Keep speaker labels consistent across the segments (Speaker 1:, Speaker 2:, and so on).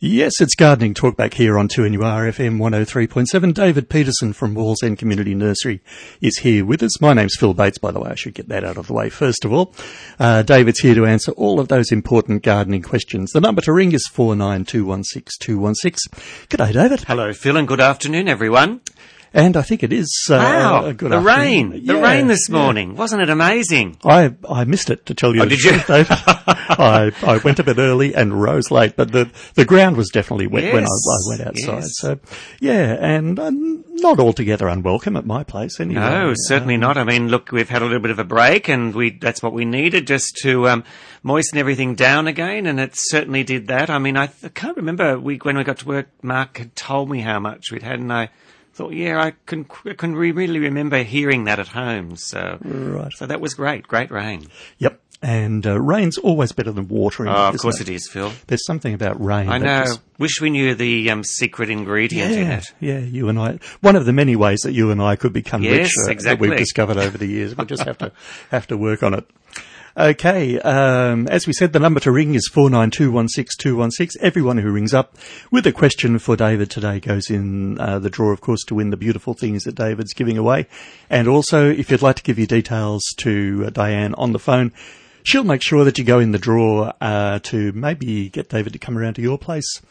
Speaker 1: Yes, it's Gardening Talk back here on 2NUR FM 103.7. David Peterson from Walls End Community Nursery is here with us. My name's Phil Bates, by the way. I should get that out of the way first of all. Uh, David's here to answer all of those important gardening questions. The number to ring is 49216 G'day, David.
Speaker 2: Hello, Phil, and good afternoon, everyone.
Speaker 1: And I think it is uh,
Speaker 2: Wow,
Speaker 1: a good
Speaker 2: the
Speaker 1: afternoon.
Speaker 2: rain, the
Speaker 1: Yeah,
Speaker 2: rain this
Speaker 1: yeah.
Speaker 2: morning. Wasn't it amazing?
Speaker 1: I, I missed it to tell you.
Speaker 2: Oh,
Speaker 1: the
Speaker 2: did you?
Speaker 1: truth, David. I, I went a bit early and rose late, but the, the ground was definitely wet when I, I
Speaker 2: Yes,
Speaker 1: went outside.
Speaker 2: yes.
Speaker 1: So yeah, and uh, not altogether unwelcome at my place anyway.
Speaker 2: No,
Speaker 1: Uh,
Speaker 2: certainly not. I mean, look, we've had a little bit of a break, and we—that's what we needed, just to um, moisten everything down again. And it certainly did that. I mean, I, th- I can't remember we, when we got to work. Mark had told me how much we'd had, and I thought, yeah, I can I can re- really remember hearing that at home. So,
Speaker 1: Right.
Speaker 2: so that was great, great rain.
Speaker 1: Yep. And uh, rain's always better than watering.
Speaker 2: Oh, of
Speaker 1: isn't
Speaker 2: course it is, Phil.
Speaker 1: There's something about rain.
Speaker 2: I
Speaker 1: that
Speaker 2: know.
Speaker 1: just-
Speaker 2: Wish we knew the um, secret ingredient in
Speaker 1: yeah,
Speaker 2: it.
Speaker 1: yeah, you and I. One of the many ways that you and I could become
Speaker 2: Yes,
Speaker 1: richer that
Speaker 2: exactly.
Speaker 1: we've discovered over the years. We'll just have to have to work on it. Okay, um, as we said, the number to ring is four nine two one six two one six. Everyone who rings up with a question for David today goes in uh, the draw, of course, to win the beautiful things that David's giving away. And also, if you'd like to give your details to uh, Diane on the phone. She'll make sure that you go in the draw uh, to maybe get David to come around to your place.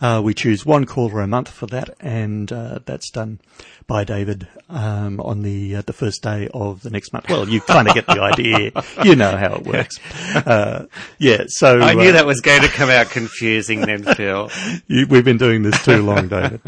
Speaker 1: Uh, we choose one caller a month for that, and uh, that's done by David um, on the uh, the first day of the next month. Well, you kind of get the idea. You know how it works. Uh, yeah. So
Speaker 2: I
Speaker 1: uh,
Speaker 2: knew that was going to come out confusing then, Phil.
Speaker 1: you, we've been doing this too long, David.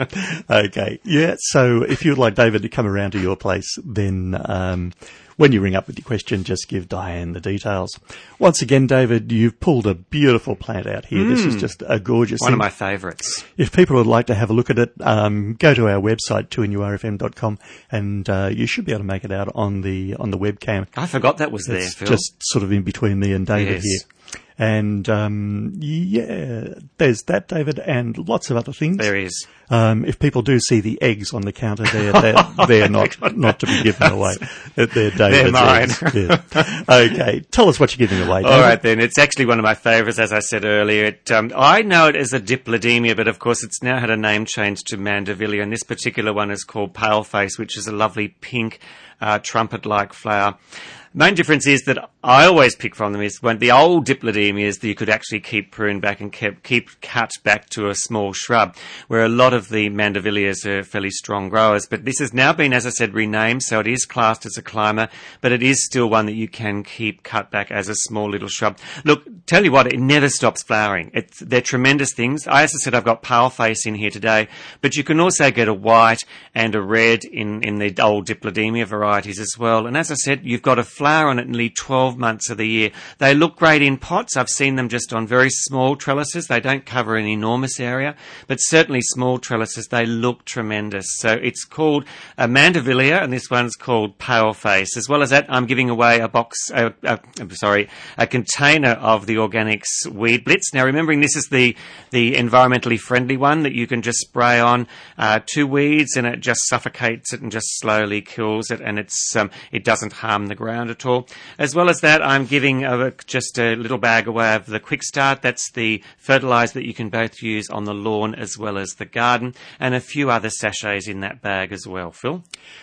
Speaker 1: okay. Yeah. So if you'd like David to come around to your place, then um, when you ring up with your question, just give Diane the details. Once again, David, you've pulled a beautiful plant out here. This is just a gorgeous
Speaker 2: Mm. One
Speaker 1: thing.
Speaker 2: of my favourites.
Speaker 1: If people would like to have a look at it, um, go to our website, 2nurfm.com, and uh, you should be able to make it out on the on the webcam.
Speaker 2: I forgot that was there,
Speaker 1: It's
Speaker 2: Phil.
Speaker 1: just sort of in between me and David
Speaker 2: Yes.
Speaker 1: here. And um, yeah, there's that, David, and lots of other things.
Speaker 2: there is.
Speaker 1: Um, if people do see the eggs on the counter, they're, they're, they're not, not to be given away. They're David's
Speaker 2: mine.
Speaker 1: eggs. Yeah. Okay, tell us what you're giving away, David.
Speaker 2: All right, then. It's actually one of my favourites, as I said earlier. It, um, I know it as a diplodemia, but of course, it's now had a name change to mandevillia, and this particular one is called paleface, which is a lovely pink uh, trumpet-like flower. Main difference is that I always pick from them is when the old diplodemias that you could actually keep pruned back and kept, keep cut back to a small shrub, where a lot of the mandevillias are fairly strong growers. But this has now been, as I said, renamed, so it is classed as a climber, but it is still one that you can keep cut back as a small little shrub. Look, tell you what, it never stops flowering. It's, they're tremendous things. I, as I said, I've got pale face in here today, but you can also get a white and a red in, in the old diplodemia varieties as well. And as I said, you've got a flower on it nearly 12 months of the year. They look great in pots. I've seen them just on very small trellises. They don't cover an enormous area, but certainly small trellises, they look tremendous. So it's called a mandevillia, and this one's called pale face. As well as that, I'm giving away a box, uh, uh, I'm sorry, a container of the organics weed blitz. Now, remembering this is the, the environmentally friendly one that you can just spray on uh, two weeds and it just suffocates it and just slowly kills it and it's um, it doesn't harm the ground at all. As well as that, I'm giving a, just a little bag away of the quick start. That's the fertilizer that you can both use on the lawn as well as the garden and a few other sachets in that bag as well, Phil.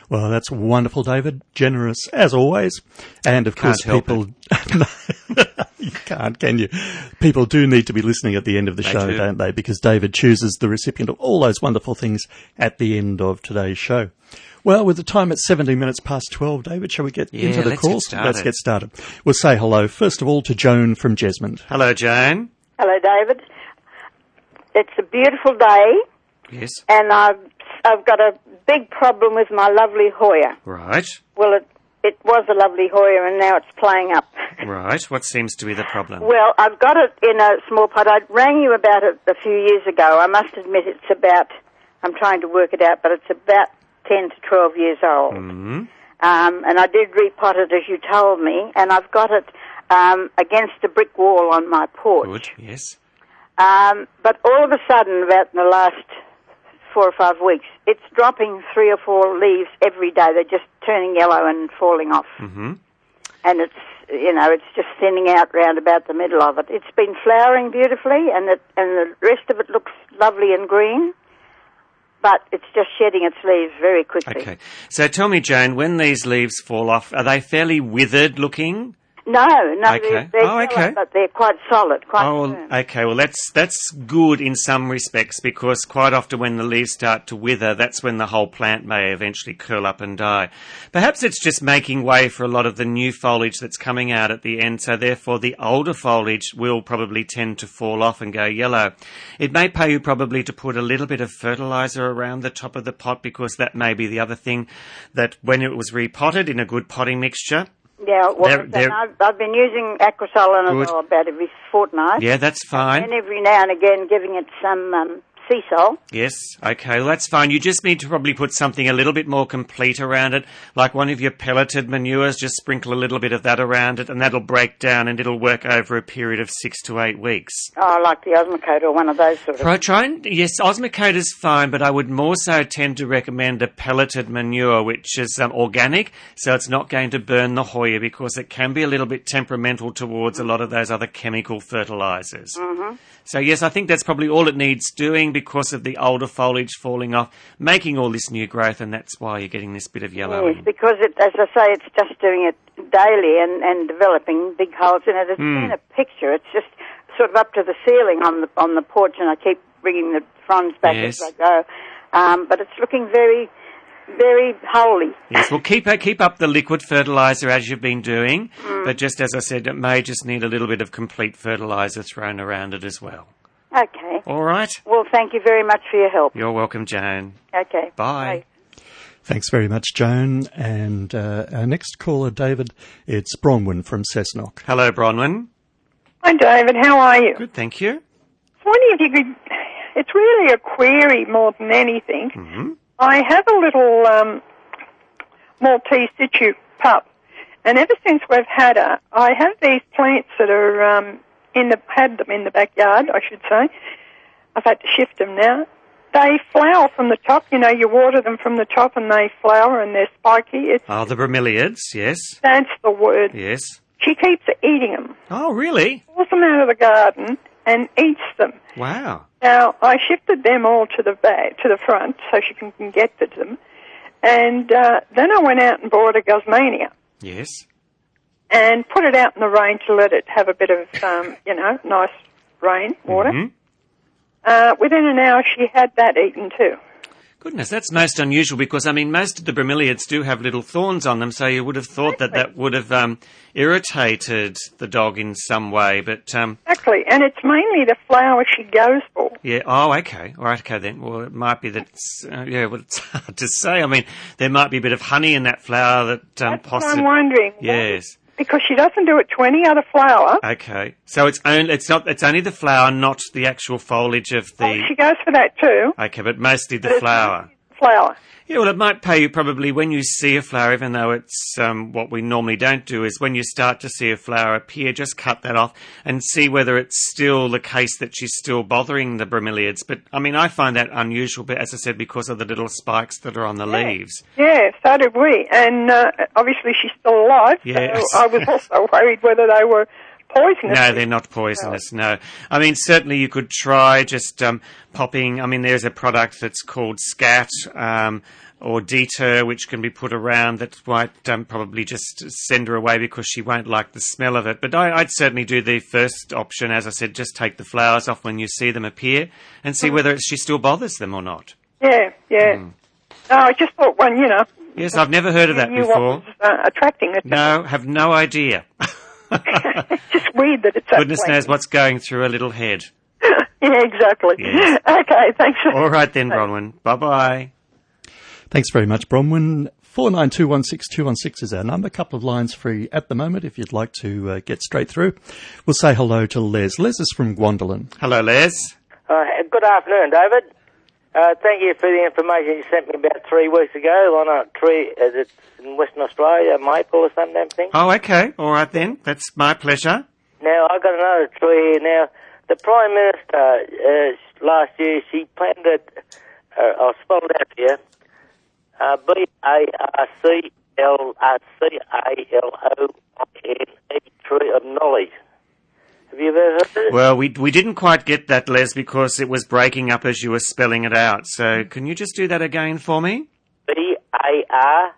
Speaker 1: Well, that's wonderful, David. Generous as always, and of course,
Speaker 2: Can't help
Speaker 1: people. you can't, can you? People do need to be listening at the end of the show,
Speaker 2: do.
Speaker 1: don't they? Because David chooses the recipient of all those wonderful things at the end of today's show. Well, with the time at 17 minutes past 12, David, shall we get
Speaker 2: Yeah,
Speaker 1: into the
Speaker 2: let's get
Speaker 1: calls? let's
Speaker 2: started.
Speaker 1: get started. We'll say hello, first of all, to Joan from Jesmond.
Speaker 2: Hello, Jane.
Speaker 3: Hello, David. It's a beautiful day,
Speaker 2: Yes.
Speaker 3: and I've I've got a big problem with my lovely Hoya.
Speaker 2: Right.
Speaker 3: Well, it it was a lovely Hoya, and now it's playing up.
Speaker 2: Right. What seems to be the problem?
Speaker 3: Well, I've got it in a small pot. I rang you about it a few years ago. I must admit, it's about I'm trying to work it out, but it's about ten to twelve years old.
Speaker 4: Hmm.
Speaker 2: Mm.
Speaker 3: Um, and I did repot it as you told me, and I've got it um, against a brick wall on my porch.
Speaker 2: Good. Yes.
Speaker 3: Um, but all of a sudden, about in the last four or five weeks, it's dropping three or four leaves every day. They're just turning yellow and falling off.
Speaker 2: Mm-hmm.
Speaker 3: And it's, you know, it's just thinning out round about the middle of it. It's been flowering beautifully, and, it, and the rest of it looks lovely and green, but it's just shedding its leaves very quickly.
Speaker 2: Okay. So tell me, Jane, when these leaves fall off, are they fairly withered looking?
Speaker 3: No, no,
Speaker 2: Okay.
Speaker 3: they're, they're
Speaker 2: Oh,
Speaker 3: yellow,
Speaker 2: okay.
Speaker 3: but they're quite solid, quite
Speaker 2: Oh,
Speaker 3: firm.
Speaker 2: well, okay. Well, that's that's good in some respects because quite often when the leaves start to wither, that's when the whole plant may eventually curl up and die. Perhaps it's just making way for a lot of the new foliage that's coming out at the end, so therefore the older foliage will probably tend to fall off and go yellow. It may pay you probably to put a little bit of fertilizer around the top of the pot because that may be the other thing that when it was repotted in a good potting mixture,
Speaker 3: yeah, well,
Speaker 2: they're- they're-
Speaker 3: I've, I've been using Acrosolanol
Speaker 2: Good.
Speaker 3: about every fortnight,
Speaker 2: yeah, that's fine.
Speaker 3: and every now and again giving it some um, sea salt.
Speaker 2: Yes, okay, well, that's fine. You just need to probably put something a little bit more complete around it, like one of your pelleted manures, just sprinkle a little bit of that around it, and that'll break down and it'll work over a period of six to eight weeks.
Speaker 3: Oh, like the Osmocote or one of those sort of.
Speaker 2: Pro- try and yes, Osmocote is fine, but I would more so tend to recommend a pelleted manure, which is um, organic, so it's not going to burn the Hoya because it can be a little bit temperamental towards a lot of those other chemical fertilizers. Mm-hmm. So yes, I think that's probably all it needs doing because of the older foliage falling off, making all this new growth, and that's why you're getting this bit of yellowing.
Speaker 3: Yes, because it, as I say, it's just doing it daily and, and developing big holes in it. It's
Speaker 2: Hmm.
Speaker 3: been a picture. It's just sort of up to the ceiling on the on the porch, and I keep bringing the fronds back
Speaker 2: Yes.
Speaker 3: as I go. Um, but it's looking very, very holy.
Speaker 2: Yes, well, keep keep up the liquid fertilizer as you've been doing, but just as I said, it may just need a little bit of complete fertilizer thrown around it as well.
Speaker 3: Okay.
Speaker 2: All right.
Speaker 3: Well, thank you very much for your help.
Speaker 2: You're welcome, Jane.
Speaker 3: Okay.
Speaker 2: Bye.
Speaker 1: Thanks very much, Joan. And uh, our next caller, David, it's Bronwyn from Cessnock.
Speaker 2: Hello, Bronwyn.
Speaker 5: Hi, David. How are you?
Speaker 2: Good, thank you.
Speaker 5: I wonder if you could. It's really a query more than anything.
Speaker 2: Mm-hmm.
Speaker 5: I have a little um, Maltese situ pup, and ever since we've had her, I have these plants that are um, in the had them in the backyard, I should say. I've had to shift them now. They flower from the top. You know, you water them from the top, and they flower and they're spiky. It's
Speaker 2: Oh, the bromeliads, yes.
Speaker 5: that's the word.
Speaker 2: Yes.
Speaker 5: She keeps eating them,
Speaker 2: Oh, really?
Speaker 5: pulls them out of the garden, and eats them.
Speaker 2: Wow.
Speaker 5: Now I shifted them all to the back, to the front, so she can, can get to them. And uh, then I went out and bought a Gosmania
Speaker 2: Yes.
Speaker 5: and put it out in the rain to let it have a bit of, um, you know, nice rain water.
Speaker 2: Mhm.
Speaker 5: Uh, within an hour, she had that eaten too.
Speaker 2: Goodness, that's most unusual because, I mean, most of the bromeliads do have little thorns on them, so you would have thought that that would have um, irritated the dog in some way, but. Um,
Speaker 5: Exactly, and it's mainly the flower she goes for.
Speaker 2: Yeah. Oh, okay. All right. Okay then. Well, it might be that. it's, Uh, yeah. Well, it's hard to say. I mean, there might be a bit of honey in that flower that um,
Speaker 5: That's what
Speaker 2: possibly.
Speaker 5: I'm wondering. What-
Speaker 2: Yes.
Speaker 5: Because she doesn't do it to any other flower.
Speaker 2: Okay. So it's only it's not it's only the flower, not the actual foliage of the.
Speaker 5: Oh, She goes for that too.
Speaker 2: Okay, but mostly the flower.
Speaker 5: Flower.
Speaker 2: Yeah, well, it might pay you probably when you see a flower, even though it's um, what we normally don't do, is when you start to see a flower appear, just cut that off and see whether it's still the case that she's still bothering the bromeliads. But I mean, I find that unusual, but as I said, because of the little spikes that are on the leaves.
Speaker 5: Yeah, so did we. And uh, obviously, she's still alive.
Speaker 2: Yes.
Speaker 5: So I was also worried whether they were poisonous.
Speaker 2: No, they're not poisonous. No, I mean certainly you could try just um, popping. I mean there's a product that's called Scat um, or Deter, which can be put around that might um, probably just send her away because she won't like the smell of it. But I, I'd certainly do the first option, as I said, just take the flowers off when you see them appear and
Speaker 5: Mm-hmm.
Speaker 2: see whether she still bothers them or not.
Speaker 5: Yeah, yeah.
Speaker 2: Hmm.
Speaker 5: No, I just thought one, you know,
Speaker 2: Yes, I've never heard of that
Speaker 5: you knew what
Speaker 2: before.
Speaker 5: was uh, attracting it.
Speaker 2: No, have no idea.
Speaker 5: it's just weird that it's that
Speaker 2: Goodness
Speaker 5: way.
Speaker 2: knows what's going through a little head.
Speaker 5: Yeah, exactly.
Speaker 2: Yes.
Speaker 5: Okay, thanks.
Speaker 2: All right then, Bronwyn. Bye bye.
Speaker 1: Thanks very much, Bronwyn. 49216216 is our number. A couple of lines free at the moment if you'd like to uh, get straight through. We'll say hello to Les. Les is from Gwendolyn.
Speaker 2: Hello, Les.
Speaker 6: Uh, good afternoon, David. Uh, thank you for the information you sent me about three weeks ago on a tree uh, that's in Western Australia, maple or some damn thing.
Speaker 2: Oh, okay. All right then. That's my pleasure.
Speaker 6: Now, I've got another tree here. Now, the Prime Minister uh, last year, she planted, uh, I'll spell it out here, uh, E, B-A-R-C-L-R-C-A-L-O-N-E, tree of knowledge. Have you you've ever heard it.
Speaker 2: Well, we we didn't quite get that, Les, because it was breaking up as you were spelling it out. So can you just do that again for me?
Speaker 6: B A R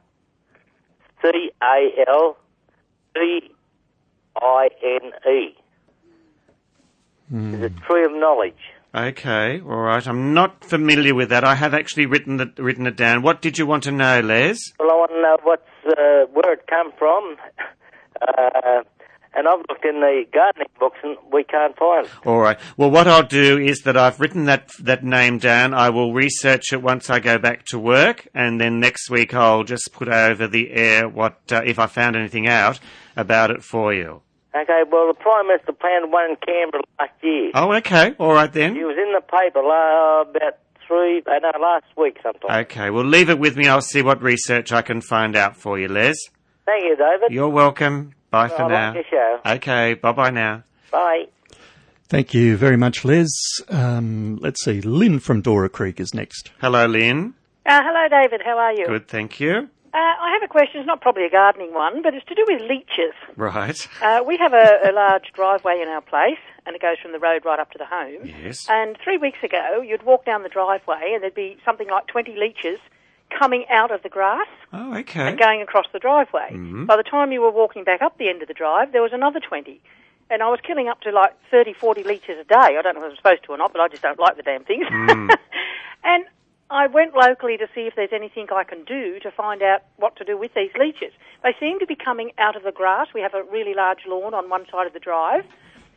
Speaker 6: C A L C I N E. It's a tree of knowledge.
Speaker 2: Okay, all right. I'm not familiar with that. I have actually written the, written it down. What did you want to know, Les?
Speaker 6: Well, I want to know what's uh, where it come from, uh, and I've looked in the gardening books and we can't find. it.
Speaker 2: All right. Well, what I'll do is that I've written that that name down. I will research it once I go back to work, and then next week I'll just put over the air what uh, if I found anything out about it for you.
Speaker 6: Okay, well, the Prime Minister planned one in Canberra last year.
Speaker 2: Oh, okay. All right then.
Speaker 6: He was in the paper la- about three, uh, no, last week sometime.
Speaker 2: Okay. Well, leave it with me. I'll see what research I can find out for you, Les.
Speaker 6: Thank you, David.
Speaker 2: You're welcome. Bye
Speaker 6: I
Speaker 2: for
Speaker 6: like
Speaker 2: now.
Speaker 6: your show.
Speaker 2: Okay. Bye bye now.
Speaker 6: Bye.
Speaker 1: Thank you very much, Les. Um, let's see. Lynn from Dora Creek is next.
Speaker 2: Hello, Lynn.
Speaker 7: Uh, hello, David. How are you?
Speaker 2: Good. Thank you.
Speaker 7: Uh, I have a question. It's not probably a gardening one, but it's to do with leeches.
Speaker 2: Right.
Speaker 7: Uh, we have a, a large driveway in our place, and it goes from the road right up to the home.
Speaker 2: Yes.
Speaker 7: And three weeks ago, you'd walk down the driveway, and there'd be something like 20 leeches coming out of the grass
Speaker 2: Oh, okay.
Speaker 7: and going across the driveway.
Speaker 2: Mm-hmm.
Speaker 7: By the time you were walking back up the end of the drive, there was another 20. And I was killing up to like 30, 40 litres a day. I don't know if I'm supposed to or not, but I just don't like the damn things.
Speaker 2: Hmm.
Speaker 7: and I went locally to see if there's anything I can do to find out what to do with these leeches. They seem to be coming out of the grass. We have a really large lawn on one side of the drive,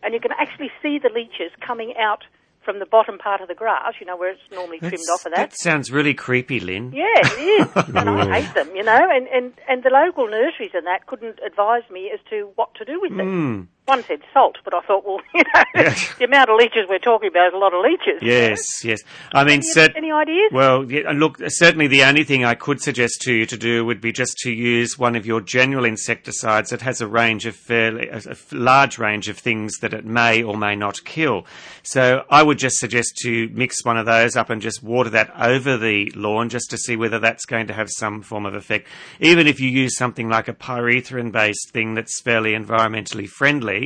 Speaker 7: and you can actually see the leeches coming out from the bottom part of the grass, you know, where it's normally trimmed
Speaker 2: That's-
Speaker 7: off of that.
Speaker 2: That sounds really creepy, Lynn.
Speaker 7: Yeah, it is. and I hate them, you know. And, and, and the local nurseries and that couldn't advise me as to what to do with
Speaker 2: Mm. Hmm.
Speaker 7: them. One said salt, but I thought, well, you know, the amount of leeches we're talking about is a lot of leeches.
Speaker 2: Yes, yes. I mean,
Speaker 7: Any-
Speaker 2: cert-
Speaker 7: any ideas?
Speaker 2: Well, yeah, look, uh, certainly the only thing I could suggest to you to do would be just to use one of your general insecticides that has a range of fairly, a a large range of things that it may or may not kill. So I would just suggest to mix one of those up and just water that over the lawn just to see whether that's going to have some form of effect. Even if you use something like a pyrethrin based thing that's fairly environmentally friendly,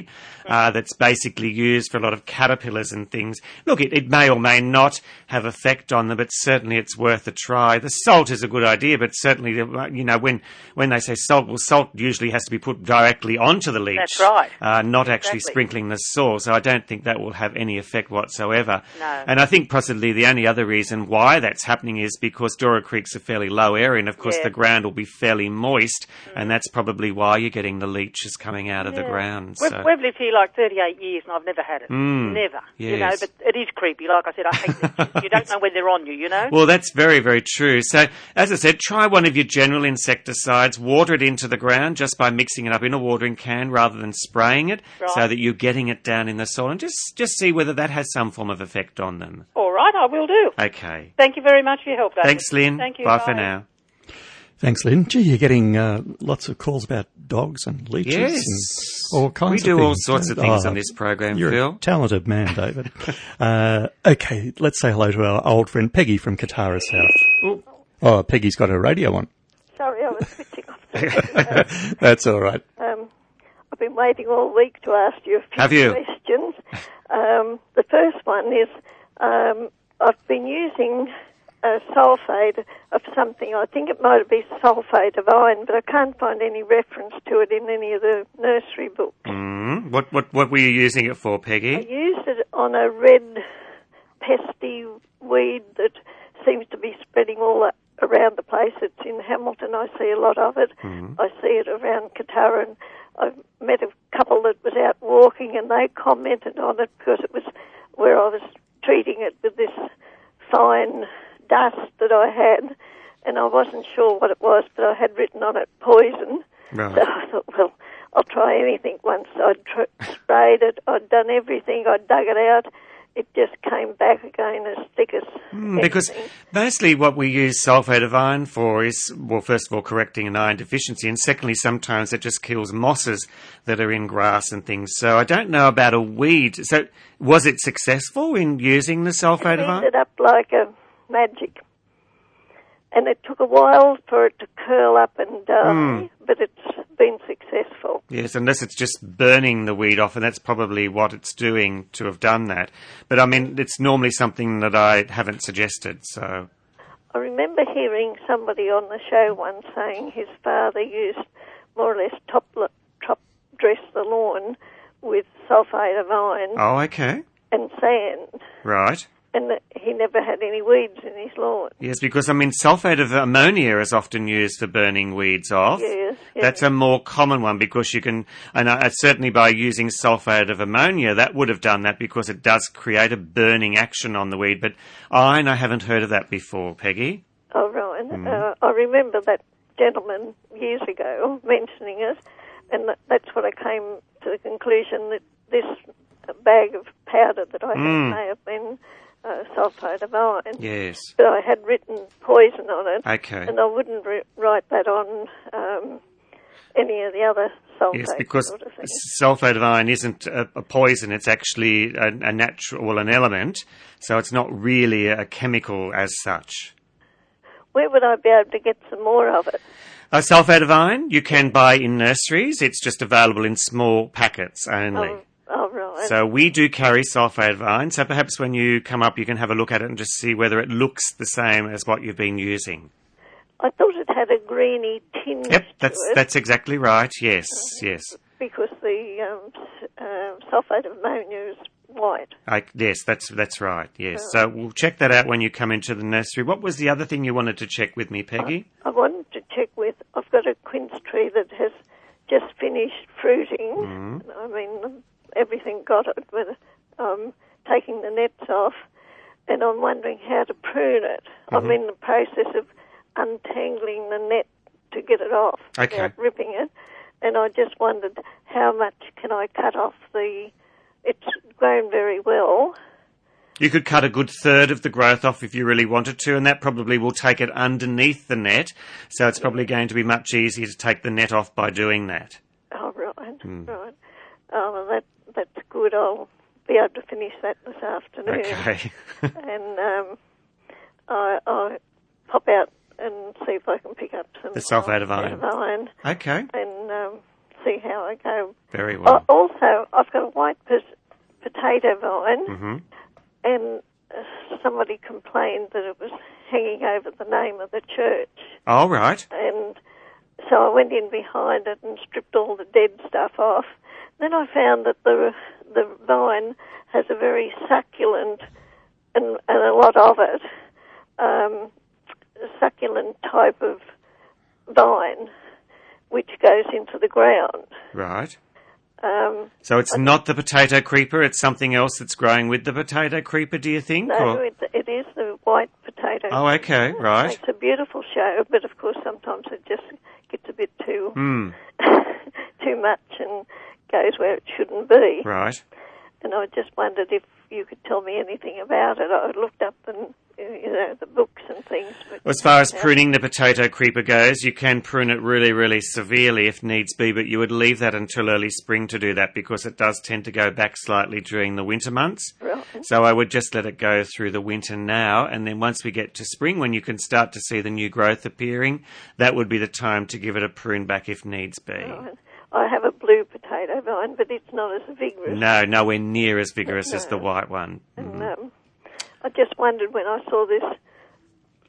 Speaker 2: uh, that's basically used for a lot of caterpillars and things. Look, it, it may or may not have effect on them, but certainly it's worth a try. The salt is a good idea, but certainly, you know, when, when they say salt, well, salt usually has to be put directly onto the leech.
Speaker 7: That's right.
Speaker 2: Uh, not actually
Speaker 7: Exactly.
Speaker 2: sprinkling the soil, so I don't think that will have any effect whatsoever.
Speaker 7: No.
Speaker 2: And I think possibly the only other reason why that's happening is because Dora Creek's a fairly low area, and of course
Speaker 7: Yeah. Mm.
Speaker 2: the ground will be fairly moist, and that's probably why you're getting the leeches coming out of the ground.
Speaker 7: We've,
Speaker 2: so. Hmm.
Speaker 7: we've lived here like 38 years and I've never had it. never. You know,
Speaker 2: yes.
Speaker 7: but it is creepy. Like I said, I hate leeches. You don't know when they're on you, you know?
Speaker 2: Well, that's very, very true. So, as I said, try one of your general insecticides, water it into the ground just by mixing it up in a watering can rather than spraying it, so
Speaker 7: Right.
Speaker 2: that you're getting it down in the soil, and just just see whether that has some form of effect on them.
Speaker 7: All right, I will do.
Speaker 2: Okay.
Speaker 7: Thank you very much for your help, David.
Speaker 2: Thanks, Lynn.
Speaker 7: Thank you.
Speaker 2: Bye, for now.
Speaker 1: Thanks, Lynn. Gee, you're getting uh, lots of calls about dogs and leeches
Speaker 2: Yes.
Speaker 1: and all kinds
Speaker 2: we
Speaker 1: of
Speaker 2: do
Speaker 1: things.
Speaker 2: all sorts of things
Speaker 1: Oh,
Speaker 2: on this program,
Speaker 1: You're a
Speaker 2: Phil.
Speaker 1: talented man, David. uh, okay, let's say hello to our old friend Peggy from Katara South.
Speaker 2: Oh.
Speaker 1: Oh, Peggy's got her radio on.
Speaker 8: Sorry, I was switching off.
Speaker 1: That's all right.
Speaker 8: Um, I've been waiting all week to ask you a few
Speaker 2: Have you?
Speaker 8: questions. Um, the first one is um, I've been using uh sulfate of something. I think it might be sulfate of iron, but I can't find any reference to it in any of the nursery books.
Speaker 2: Mm, what what what were you using it for,
Speaker 8: I
Speaker 2: Peggy?
Speaker 8: used it on a red pesty weed that seems to be spreading all a- around the place. It's in Hamilton. I see a lot of it. I see it around Katara. And I met a couple that was out walking, and they commented on it because it was where I was treating it with this fine dust that I had, and I wasn't sure what it was, but I had written on it poison.
Speaker 2: Right.
Speaker 8: So I thought, well, I'll try anything. Once I'd tr- sprayed it, I'd done everything, I'd dug it out. It just came back again as thick as.
Speaker 2: Mm, Because
Speaker 8: anything.
Speaker 2: mostly what we use sulfate of iron for is, well, first of all, correcting an iron deficiency, and secondly, sometimes it just kills mosses that are in grass and things. So I don't know about a weed. So was it successful in using the
Speaker 8: it
Speaker 2: sulfate of iron?
Speaker 8: ended up like a magic. and it took a while for it to curl up and
Speaker 7: um,
Speaker 2: Hmm. Mm.
Speaker 8: die, but it's been successful.
Speaker 2: Yes, unless it's just burning the weed off, and that's probably what it's doing to have done that. But I mean, it's normally something that I haven't suggested, so.
Speaker 8: I remember hearing somebody on the show once saying his father used more or less top, top dress the lawn with sulphate of iron
Speaker 2: Oh, okay.
Speaker 8: and sand,
Speaker 2: Right.
Speaker 8: and that he never had any weeds in his lawn.
Speaker 2: Yes, because I mean, sulfate of ammonia is often used for burning weeds off.
Speaker 8: Yes, yes.
Speaker 2: That's a more common one because you can, and I, certainly by using sulfate of ammonia, that would have done that because it does create a burning action on the weed. But iron, I haven't heard of that before, Peggy.
Speaker 8: Oh, Ryan,
Speaker 2: Mm-hmm.
Speaker 8: uh, I remember that gentleman years ago mentioning it, and that, that's what I came to the conclusion that this bag of powder that I
Speaker 2: Mm.
Speaker 8: had may have been uh, sulphate of iron.
Speaker 2: Yes.
Speaker 8: But I had written poison on it,
Speaker 2: Okay.
Speaker 8: and I wouldn't ri write that on um, any of the other sulphate
Speaker 2: Yes, because
Speaker 8: sort of things.
Speaker 2: sulfate of iron isn't a, a poison. It's actually a, a natural, well, an element. So it's not really a chemical as such.
Speaker 8: Where would I be able to get some more of it?
Speaker 2: Uh, sulfate of iron you can buy in nurseries. It's just available in small packets only.
Speaker 8: Oh, oh right.
Speaker 2: So we do carry sulfate of iron. So perhaps when you come up, you can have a look at it and just see whether it looks the same as what you've been using.
Speaker 8: I thought it had a greeny tinge
Speaker 2: Yep,
Speaker 8: to
Speaker 2: that's
Speaker 8: it.
Speaker 2: that's exactly right. Yes, yes,
Speaker 8: because the um, s- um, sulfate of ammonia is white.
Speaker 2: I, yes, that's that's right. Yes. So we'll check that out when you come into the nursery. What was the other thing you wanted to check with me, Peggy?
Speaker 8: I wanted to check with. I've got a quince tree that has just finished fruiting. I mean, everything got it with um, taking the nets off, and I'm wondering how to prune it. I'm in the process of untangling the net to get it off,
Speaker 2: Okay.
Speaker 8: without ripping it, and I just wondered how much can I cut off the. It's grown very well.
Speaker 2: You could cut a good third of the growth off if you really wanted to, and that probably will take it underneath the net. So it's probably going to be much easier to take the net off by doing that.
Speaker 8: Oh, right,
Speaker 2: Hmm.
Speaker 8: right. Oh, well, that, that's good. I'll be able to finish that this afternoon.
Speaker 2: Okay.
Speaker 8: And um, I, I'll pop out and see if I can pick up some
Speaker 2: The sulphate of iron.
Speaker 8: iron
Speaker 2: okay.
Speaker 8: and um, see how I go.
Speaker 2: Very well.
Speaker 8: Uh, also, I've got a white pos- potato vine,
Speaker 2: Hmm. Mm-hmm.
Speaker 8: and uh, somebody complained that it was hanging over the name of the church.
Speaker 2: All right.
Speaker 8: and so I went in behind it and stripped all the dead stuff off. Then I found that the the vine has a very succulent and, and a lot of it um, succulent type of vine, which goes into the ground.
Speaker 2: Right.
Speaker 8: Um,
Speaker 2: So it's not the potato creeper, it's something else that's growing with the potato creeper, do you think?
Speaker 8: no,
Speaker 2: or-
Speaker 8: it, it is the white potato.
Speaker 2: Oh, okay, right.
Speaker 8: It's a beautiful show, but of course sometimes it just gets a bit too
Speaker 2: Hmm,
Speaker 8: too much and goes where it shouldn't be.
Speaker 2: right.
Speaker 8: And I just wondered if you could tell me anything about it. I looked up and you know the books and things. But
Speaker 2: As far as pruning the potato creeper goes, you can prune it really, really severely if needs be, but you would leave that until early spring to do that because it does tend to go back slightly during the winter months.
Speaker 8: Right.
Speaker 2: So I would just let it go through the winter now, and then once we get to spring, when you can start to see the new growth appearing, that would be the time to give it a prune back if needs be.
Speaker 8: Oh, I have a blue potato vine, but it's not as vigorous.
Speaker 2: No, nowhere near as vigorous as the white one.
Speaker 8: And, um, I just wondered when I saw this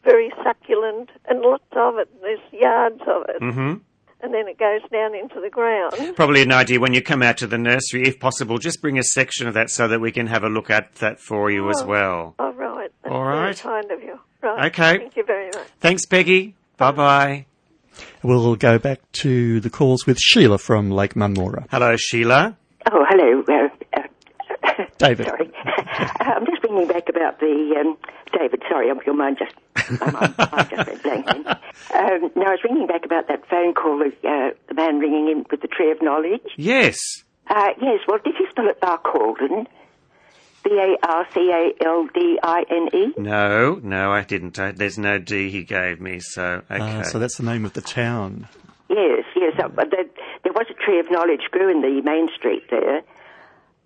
Speaker 8: very succulent and lots of it. There's yards of it,
Speaker 2: Mhm.
Speaker 8: and then it goes down into the ground.
Speaker 2: Probably an idea when you come out to the nursery, if possible, just bring a section of that so that we can have a look at that for you as
Speaker 8: Oh.
Speaker 2: well.
Speaker 8: All right. That's
Speaker 2: All
Speaker 8: very
Speaker 2: right.
Speaker 8: kind of you. Right.
Speaker 2: Okay.
Speaker 8: Thank you very much.
Speaker 2: Thanks, Peggy. Bye bye.
Speaker 1: We'll go back to the calls with Sheila from Lake Munmora.
Speaker 2: Hello, Sheila.
Speaker 9: Oh, hello. Uh, uh,
Speaker 1: David.
Speaker 9: Sorry. I'm just ringing back about the. Um, David, sorry, I'm- your mind just. My mind, I just went blank then. Um, no, I was ringing back about that phone call, of, uh, the man ringing in with the Tree of Knowledge.
Speaker 2: Yes.
Speaker 9: Uh, yes, well, did you spell it Barcaldine? B A R C A L D I N E?
Speaker 2: No, no, I didn't. I, there's no D he gave me, so okay.
Speaker 1: Ah,
Speaker 9: Uh,
Speaker 1: so that's the name of the town.
Speaker 9: Yes, yes. Uh, but there, there was a tree of knowledge grew in the main street there,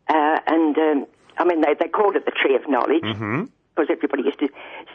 Speaker 2: Mm-hmm.
Speaker 9: uh, and um, I mean they, they called it the tree of knowledge because everybody used to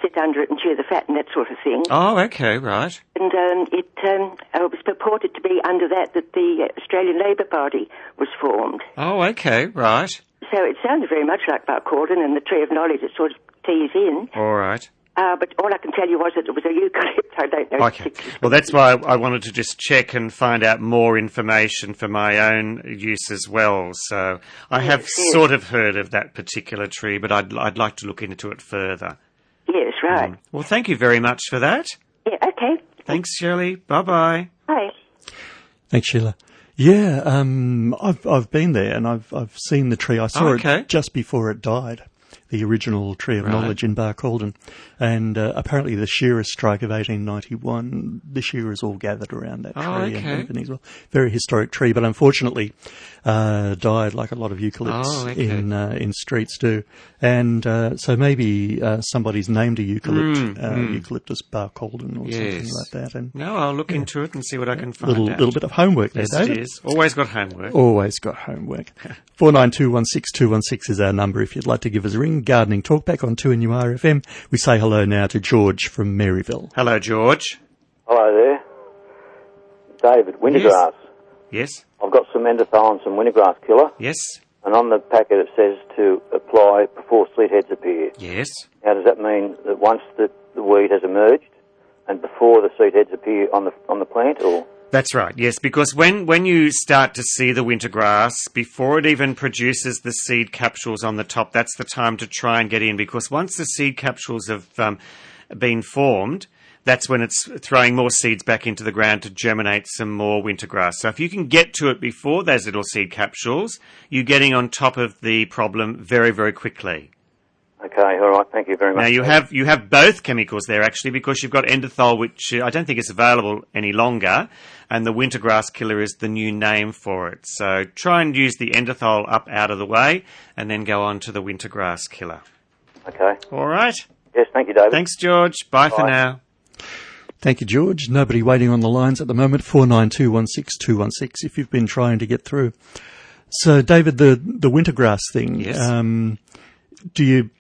Speaker 9: sit get under it and chew the fat and that sort of thing.
Speaker 2: Oh, okay, right.
Speaker 9: And um, it, um, it was purported to be under that that the Australian Labor Party was formed.
Speaker 2: Oh, okay, right.
Speaker 9: So it sounded very much like Buck Corden and the Tree of Knowledge. It sort of tees in.
Speaker 2: All right.
Speaker 9: Uh, but all I can tell you was that it was a eucalypt. I don't know.
Speaker 2: Okay. Well, that's why I wanted to just check and find out more information for my own use as well. So I have
Speaker 9: yes.
Speaker 2: sort of heard of that particular tree, but I'd, I'd like to look into it further.
Speaker 9: Yes, right.
Speaker 2: Well, thank you very much for that.
Speaker 9: Yeah, okay.
Speaker 2: Thanks, Shirley. Bye bye.
Speaker 9: Hi.
Speaker 1: Thanks, Sheila. Yeah, um, I've I've been there and I've I've seen the tree. I saw
Speaker 2: Okay.
Speaker 1: it just before it died, the original tree of knowledge in Barcaldine, and uh, apparently the shearers' strike of 1891. The shearers all gathered around that tree
Speaker 2: Oh,
Speaker 1: and
Speaker 2: okay.
Speaker 1: everything as well. Very historic tree, but unfortunately, uh, died like a lot of eucalypts
Speaker 2: Oh, okay.
Speaker 1: in uh, in streets do. And uh, so maybe uh, somebody's named a eucalypt,
Speaker 2: Hmm,
Speaker 1: uh, eucalyptus Barcaldine or
Speaker 2: Yes.
Speaker 1: something like that. And
Speaker 2: No, I'll look into it and see what I can find
Speaker 1: little
Speaker 2: out.
Speaker 1: little bit of homework there,
Speaker 2: yes,
Speaker 1: David
Speaker 2: it is. Always got homework.
Speaker 1: always got homework. Four nine two one six two one six is our number if you'd like to give us a ring. Gardening Talkback on 2NUR FM. We say hello now to George from Maryville.
Speaker 2: Hello, George.
Speaker 10: Hello there. David, wintergrass.
Speaker 2: Yes.
Speaker 10: I've got some endothyle and some wintergrass killer,
Speaker 2: Yes.
Speaker 10: and on the packet it says to apply before slit heads appear.
Speaker 2: Yes.
Speaker 10: Now, does that mean that once the, the weed has emerged and before the seed heads appear on the on the plant, or
Speaker 2: That's right. Yes, because when when you start to see the winter grass before it even produces the seed capsules on the top, that's the time to try and get in because once the seed capsules have um, been formed, that's when it's throwing more seeds back into the ground to germinate some more winter grass. So if you can get to it before those little seed capsules, you're getting on top of the problem very very quickly.
Speaker 10: okay, all right, thank you very much.
Speaker 2: Now you have you have both chemicals there actually because you've got endothol, which uh, I don't think is available any longer, and the wintergrass killer is the new name for it. So try and use the endothol up out of the way, and then go on to the wintergrass killer.
Speaker 10: okay,
Speaker 2: All right.
Speaker 10: yes, thank you, David.
Speaker 2: Thanks, George. Bye, for
Speaker 10: Bye.
Speaker 2: now.
Speaker 1: Thank you, George. Nobody waiting on the lines at the moment. Four nine two one six two one six. If you've been trying to get through, so David, the the wintergrass thing.
Speaker 2: Yes.
Speaker 1: Um, do you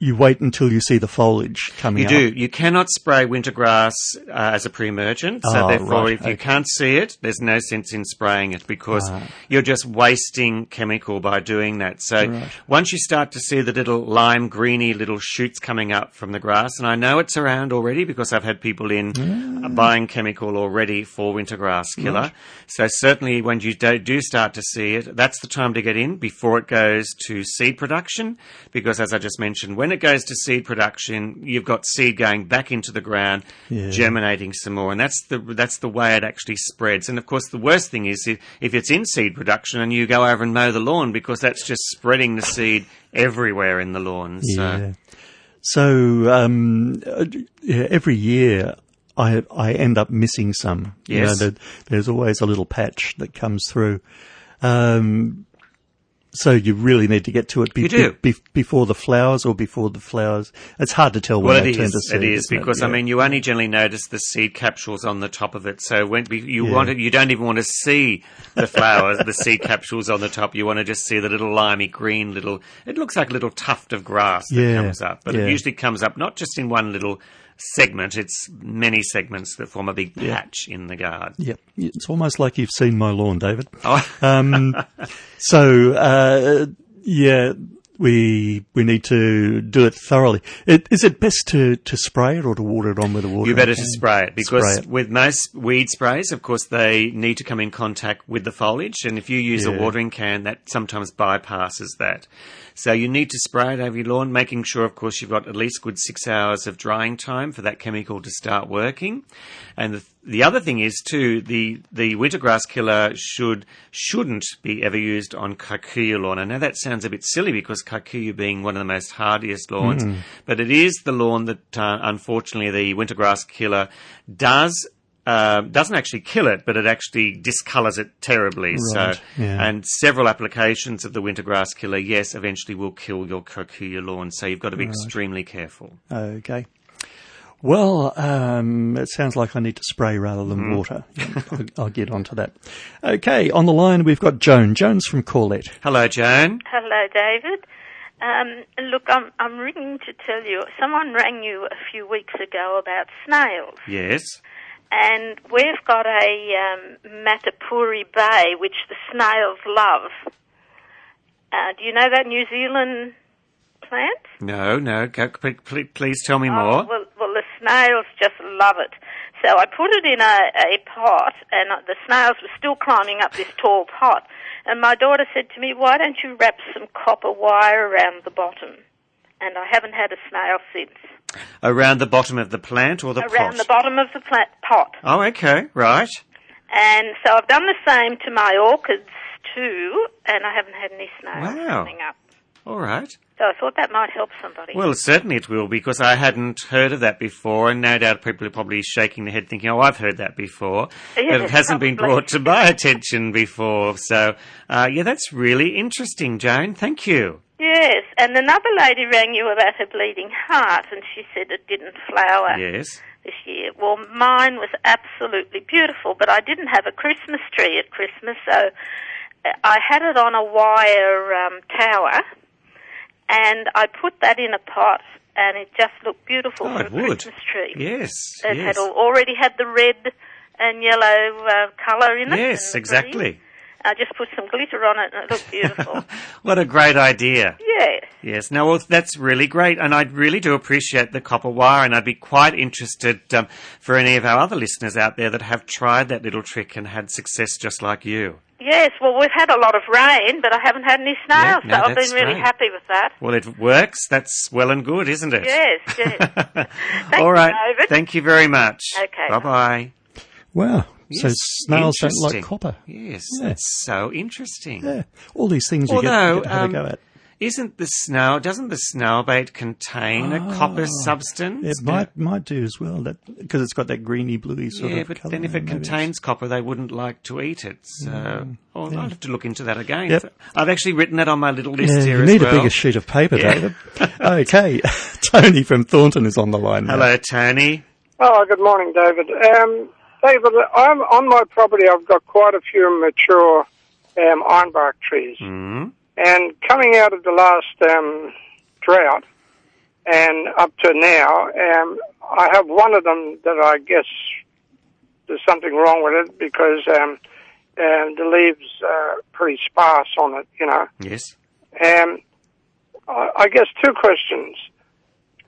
Speaker 1: you wait until you see the foliage coming?
Speaker 2: You
Speaker 1: out?
Speaker 2: do. You cannot spray wintergrass uh, as a pre-emergent. So
Speaker 1: Ah,
Speaker 2: therefore,
Speaker 1: right,
Speaker 2: if you can't see it, there's no sense in spraying it because you're just wasting chemical by doing that. So once you start to see the little lime greeny little shoots coming up from the grass, and I know it's around already because I've had people in uh, buying chemical already for wintergrass killer. So certainly when you do, do start to see it, that's the time to get in before it goes to seed production because as I just mentioned, when it goes to seed production, you've got seed going back into the ground,
Speaker 1: Yeah.
Speaker 2: germinating some more, and that's the that's the way it actually spreads. And of course, the worst thing is if, if it's in seed production and you go over and mow the lawn because that's just spreading the seed everywhere in the lawn. So
Speaker 1: Yeah. So um, uh, yeah, every year I I end up missing some. You
Speaker 2: Yes.
Speaker 1: know, there- there's always a little patch that comes through. Um, so you really need to get to it be-
Speaker 2: You do.
Speaker 1: be- be- before the flowers or before the flowers. It's hard to tell when
Speaker 2: Well,
Speaker 1: they
Speaker 2: it
Speaker 1: turn
Speaker 2: is.
Speaker 1: to seed.
Speaker 2: it is
Speaker 1: isn't
Speaker 2: because I
Speaker 1: Yeah.
Speaker 2: mean, you only generally notice the seed capsules on the top of it. So when be- you
Speaker 1: Yeah.
Speaker 2: want it, you don't even want to see the flowers, the seed capsules on the top. You want to just see the little limey green little. It looks like a little tuft of grass that
Speaker 1: Yeah.
Speaker 2: comes up, but
Speaker 1: Yeah.
Speaker 2: it usually comes up not just in one little segment. It's many segments that form a big patch in the garden.
Speaker 1: Yep. It's almost like you've seen my lawn, David.
Speaker 2: Oh.
Speaker 1: Um, so, uh, yeah, we, we need to do it thoroughly. It, is it best to, to spray it or to water it on with a water?
Speaker 2: You better
Speaker 1: can?
Speaker 2: to spray it because
Speaker 1: Spray it.
Speaker 2: with most weed sprays, of course, they need to come in contact with the foliage, and if you use a
Speaker 1: Yeah.
Speaker 2: watering can, that sometimes bypasses that. So you need to spray it over your lawn, making sure, of course, you've got at least good six hours of drying time for that chemical to start working. And the, the other thing is too the the wintergrass killer should shouldn't be ever used on kikuyu lawn. I know that sounds a bit silly because kikuyu being one of the most hardiest lawns,
Speaker 1: Hmm.
Speaker 2: but it is the lawn that uh, unfortunately the wintergrass killer does. Uh, doesn't actually kill it, but it actually discolours it terribly. So,
Speaker 1: Right, yeah.
Speaker 2: and several applications of the wintergrass killer, yes, eventually will kill your kikuyu lawn. So you've got to be extremely careful.
Speaker 1: Okay. Well, um, it sounds like I need to spray rather than
Speaker 2: Mm.
Speaker 1: water. I'll, I'll get onto that. Okay. On the line, we've got Joan. Joan's from Corlett.
Speaker 2: Hello, Joan.
Speaker 11: Hello, David. Um, look, I'm, I'm ringing to tell you, someone rang you a few weeks ago about snails.
Speaker 2: Yes.
Speaker 11: And we've got a um, Matapuri Bay, which the snails love. Uh, do you know that New Zealand plant?
Speaker 2: No, no. Go, p- p- please tell me
Speaker 11: Oh,
Speaker 2: more.
Speaker 11: well, well, the snails just love it. So I put it in a, a pot, and uh, the snails were still climbing up this tall pot. And my daughter said to me, "Why don't you wrap some copper wire around the bottom?" And I haven't had a snail since.
Speaker 2: Around the bottom of the plant or the
Speaker 11: around
Speaker 2: pot?
Speaker 11: the bottom of the plant pot.
Speaker 2: oh, okay. Right.
Speaker 11: And so I've done the same to my orchids too, and I haven't had any snails
Speaker 2: Wow.
Speaker 11: Uh, coming up.
Speaker 2: All right.
Speaker 11: So I thought that might help somebody.
Speaker 2: Well, certainly it will because I hadn't heard of that before, and no doubt people are probably shaking their head thinking, "Oh, I've heard that before," but it
Speaker 11: Yes,
Speaker 2: hasn't been
Speaker 11: probably.
Speaker 2: brought to my attention before. So, uh, yeah, that's really interesting, Joan. Thank you.
Speaker 11: Yes, and another lady rang you about her bleeding heart, and she said it didn't flower
Speaker 2: Yes.
Speaker 11: this year. Well, mine was absolutely beautiful, but I didn't have a Christmas tree at Christmas, so uh, I had it on a wire um, tower, and I put that in a pot, and it just looked beautiful
Speaker 2: Oh,
Speaker 11: for
Speaker 2: it
Speaker 11: a
Speaker 2: would.
Speaker 11: Christmas tree.
Speaker 2: Yes.
Speaker 11: It
Speaker 2: yes.
Speaker 11: had al- already had the red and yellow uh, colour in it.
Speaker 2: Yes,
Speaker 11: and the green.
Speaker 2: exactly.
Speaker 11: I just put some glitter on it, and it looked beautiful.
Speaker 2: What a great idea.
Speaker 11: yes.
Speaker 2: Yes, no, well, that's really great, and I really do appreciate the copper wire, and I'd be quite interested um, for any of our other listeners out there that have tried that little trick and had success just like you.
Speaker 11: Yes, well, we've had a lot of rain, but I haven't had any
Speaker 2: Yeah,
Speaker 11: snails,
Speaker 2: no,
Speaker 11: so I've
Speaker 2: that's
Speaker 11: been really
Speaker 2: great.
Speaker 11: happy with that.
Speaker 2: Well, it works. That's well and good, isn't it?
Speaker 11: Yes, yes. Thank
Speaker 2: All
Speaker 11: you,
Speaker 2: right.
Speaker 11: David.
Speaker 2: Thank you very much.
Speaker 11: Okay.
Speaker 2: Bye bye.
Speaker 1: Wow. so snails don't like copper.
Speaker 2: Yes,
Speaker 1: Yeah.
Speaker 2: that's so interesting.
Speaker 1: Yeah. All these things you get,
Speaker 2: Although,
Speaker 1: you get to have
Speaker 2: um,
Speaker 1: a go at.
Speaker 2: Isn't the snail? Doesn't the snail bait contain a copper substance?
Speaker 1: Ah. It might might do as well that because it's got that greeny bluey sort
Speaker 2: Yeah,
Speaker 1: of
Speaker 2: but
Speaker 1: colour.
Speaker 2: then if it
Speaker 1: maybe it's-
Speaker 2: contains copper, they wouldn't like to eat it. So, oh, I'll have to look into that again.
Speaker 1: Yep.
Speaker 2: I've actually written that on my little list
Speaker 1: yeah,
Speaker 2: here
Speaker 1: you
Speaker 2: as
Speaker 1: need
Speaker 2: well.
Speaker 1: a bigger sheet of paper,
Speaker 2: Yeah.
Speaker 1: David. okay, Tony from Thornton is on the line. now.
Speaker 2: Hello, Tony.
Speaker 12: Oh, good morning, David. Um, David, I'm, on my property, I've got quite a few mature um, ironbark trees.
Speaker 2: Mm.
Speaker 12: And coming out of the last um, drought and up to now, um, I have one of them that I guess there's something wrong with it because um, um, the leaves are pretty sparse on it, you know.
Speaker 2: Yes.
Speaker 12: Um, I I guess two questions.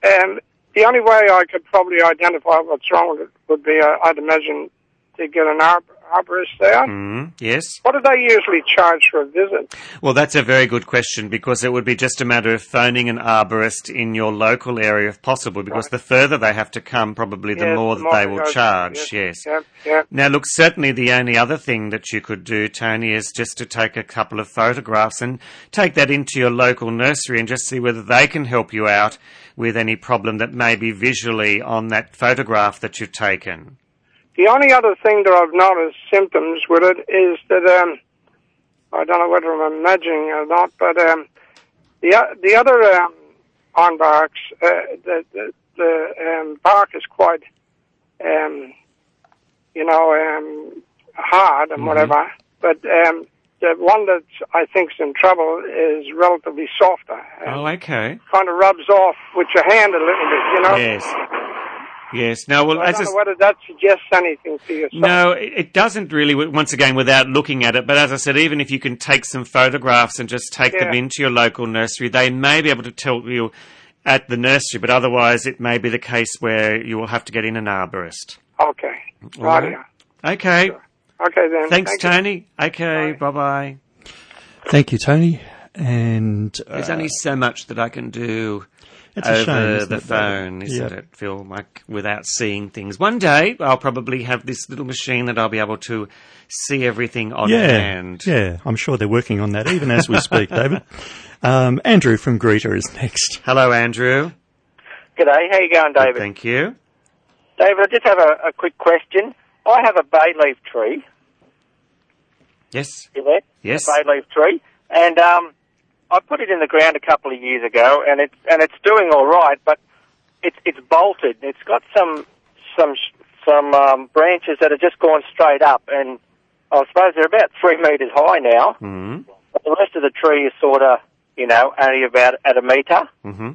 Speaker 12: Um, the only way I could probably identify what's wrong with it would be, uh, I'd imagine, to get an arb- arborist there.
Speaker 2: Mm. Yes.
Speaker 12: What do they usually charge for a visit?
Speaker 2: Well, that's a very good question because it would be just a matter of phoning an arborist in your local area if possible, because the further they have to come, probably the
Speaker 12: Yes,
Speaker 2: more
Speaker 12: the
Speaker 2: that they
Speaker 12: more
Speaker 2: will
Speaker 12: they go-
Speaker 2: charge. Yes.
Speaker 12: yes, Yeah, yeah.
Speaker 2: Now, look, certainly the only other thing that you could do, Tony, is just to take a couple of photographs and take that into your local nursery and just see whether they can help you out with any problem that may be visually on that photograph that you've taken.
Speaker 12: The only other thing that I've noticed symptoms with it is that um, I don't know whether I'm imagining it or not, but um, the o- the other um, on barks, uh, the the, the um, bark is quite, um, you know, um, hard and
Speaker 2: Mm-hmm.
Speaker 12: whatever. But um, the one that I think's in trouble is relatively softer, and
Speaker 2: Oh, okay.
Speaker 12: kind of rubs off with your hand a little bit, you know.
Speaker 2: Yes. Yes. Now, well,
Speaker 12: I
Speaker 2: as
Speaker 12: don't
Speaker 2: I
Speaker 12: know whether that suggests anything to yourself.
Speaker 2: No, it it doesn't really, w- once again, without looking at it. But as I said, even if you can take some photographs and just take them
Speaker 12: Yeah.
Speaker 2: into your local nursery, they may be able to tell you at the nursery. But otherwise, it may be the case where you will have to get in an arborist.
Speaker 12: Okay.
Speaker 2: All
Speaker 12: Right.
Speaker 2: right. Okay.
Speaker 12: Okay then.
Speaker 2: Thanks,
Speaker 12: Thank you.
Speaker 2: Tony. Okay. Bye bye.
Speaker 1: Thank you, Tony. And uh,
Speaker 2: There's only so much that I can do
Speaker 1: It's a
Speaker 2: over
Speaker 1: shame, isn't
Speaker 2: the
Speaker 1: it, David?
Speaker 2: phone, isn't
Speaker 1: Yeah.
Speaker 2: it, Phil? Like without seeing things. One day I'll probably have this little machine that I'll be able to see everything on
Speaker 1: yeah,
Speaker 2: hand.
Speaker 1: yeah, I'm sure they're working on that even as we speak, David. Um, Andrew from Greta is next.
Speaker 2: Hello, Andrew.
Speaker 6: G'day, how you going, David?
Speaker 2: Thank you.
Speaker 6: David, I just have a, a quick question. I have a bay leaf tree.
Speaker 2: Yes.
Speaker 6: You there?
Speaker 2: Yes.
Speaker 6: A bay leaf tree, and um, I put it in the ground a couple of years ago, and it's and it's doing all right, but it's it's bolted. It's got some some sh- some um, branches that have just gone straight up, and I suppose they're about three meters high now.
Speaker 2: Mm.
Speaker 6: But the rest of the tree is sort of you know, only about at a metre.
Speaker 2: hmm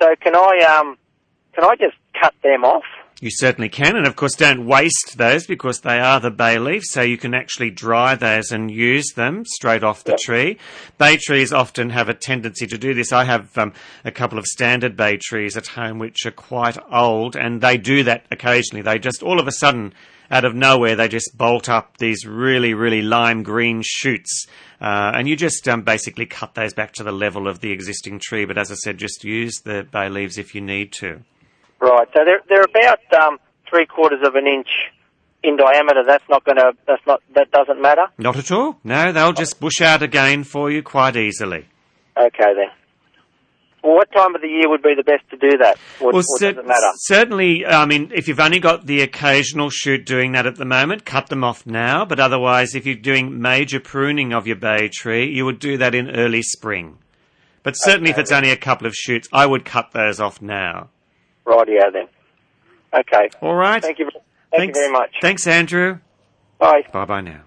Speaker 6: So can I um can I just cut them off?
Speaker 2: You certainly can, and of course, don't waste those because they are the bay leaf, so you can actually dry those and use them straight off the tree. Bay trees often have a tendency to do this. I have um, a couple of standard bay trees at home which are quite old, and they do that occasionally. They just all of a sudden, out of nowhere, they just bolt up these really, really lime green shoots, uh, and you just um, basically cut those back to the level of the existing tree. But as I said, just use the bay leaves if you need to.
Speaker 6: Right. So they're they're about um, three quarters of an inch in diameter. That's not going to. That's not. That doesn't matter.
Speaker 2: Not at all. No, they'll just bush out again for you quite easily.
Speaker 6: Okay then. Well, what time of the year would be the best to do that? Or, or
Speaker 2: cer-
Speaker 6: does it matter?
Speaker 2: certainly, I mean, if you've only got the occasional shoot doing that at the moment, cut them off now. But otherwise, if you're doing major pruning of your bay tree, you would do that in early spring. But certainly, if it's only a couple of shoots, I would cut those off now.
Speaker 6: Rightio then. Okay.
Speaker 2: All right.
Speaker 6: Thank you. Thank you very much.
Speaker 2: Thanks, Andrew.
Speaker 6: Bye.
Speaker 2: Bye bye now.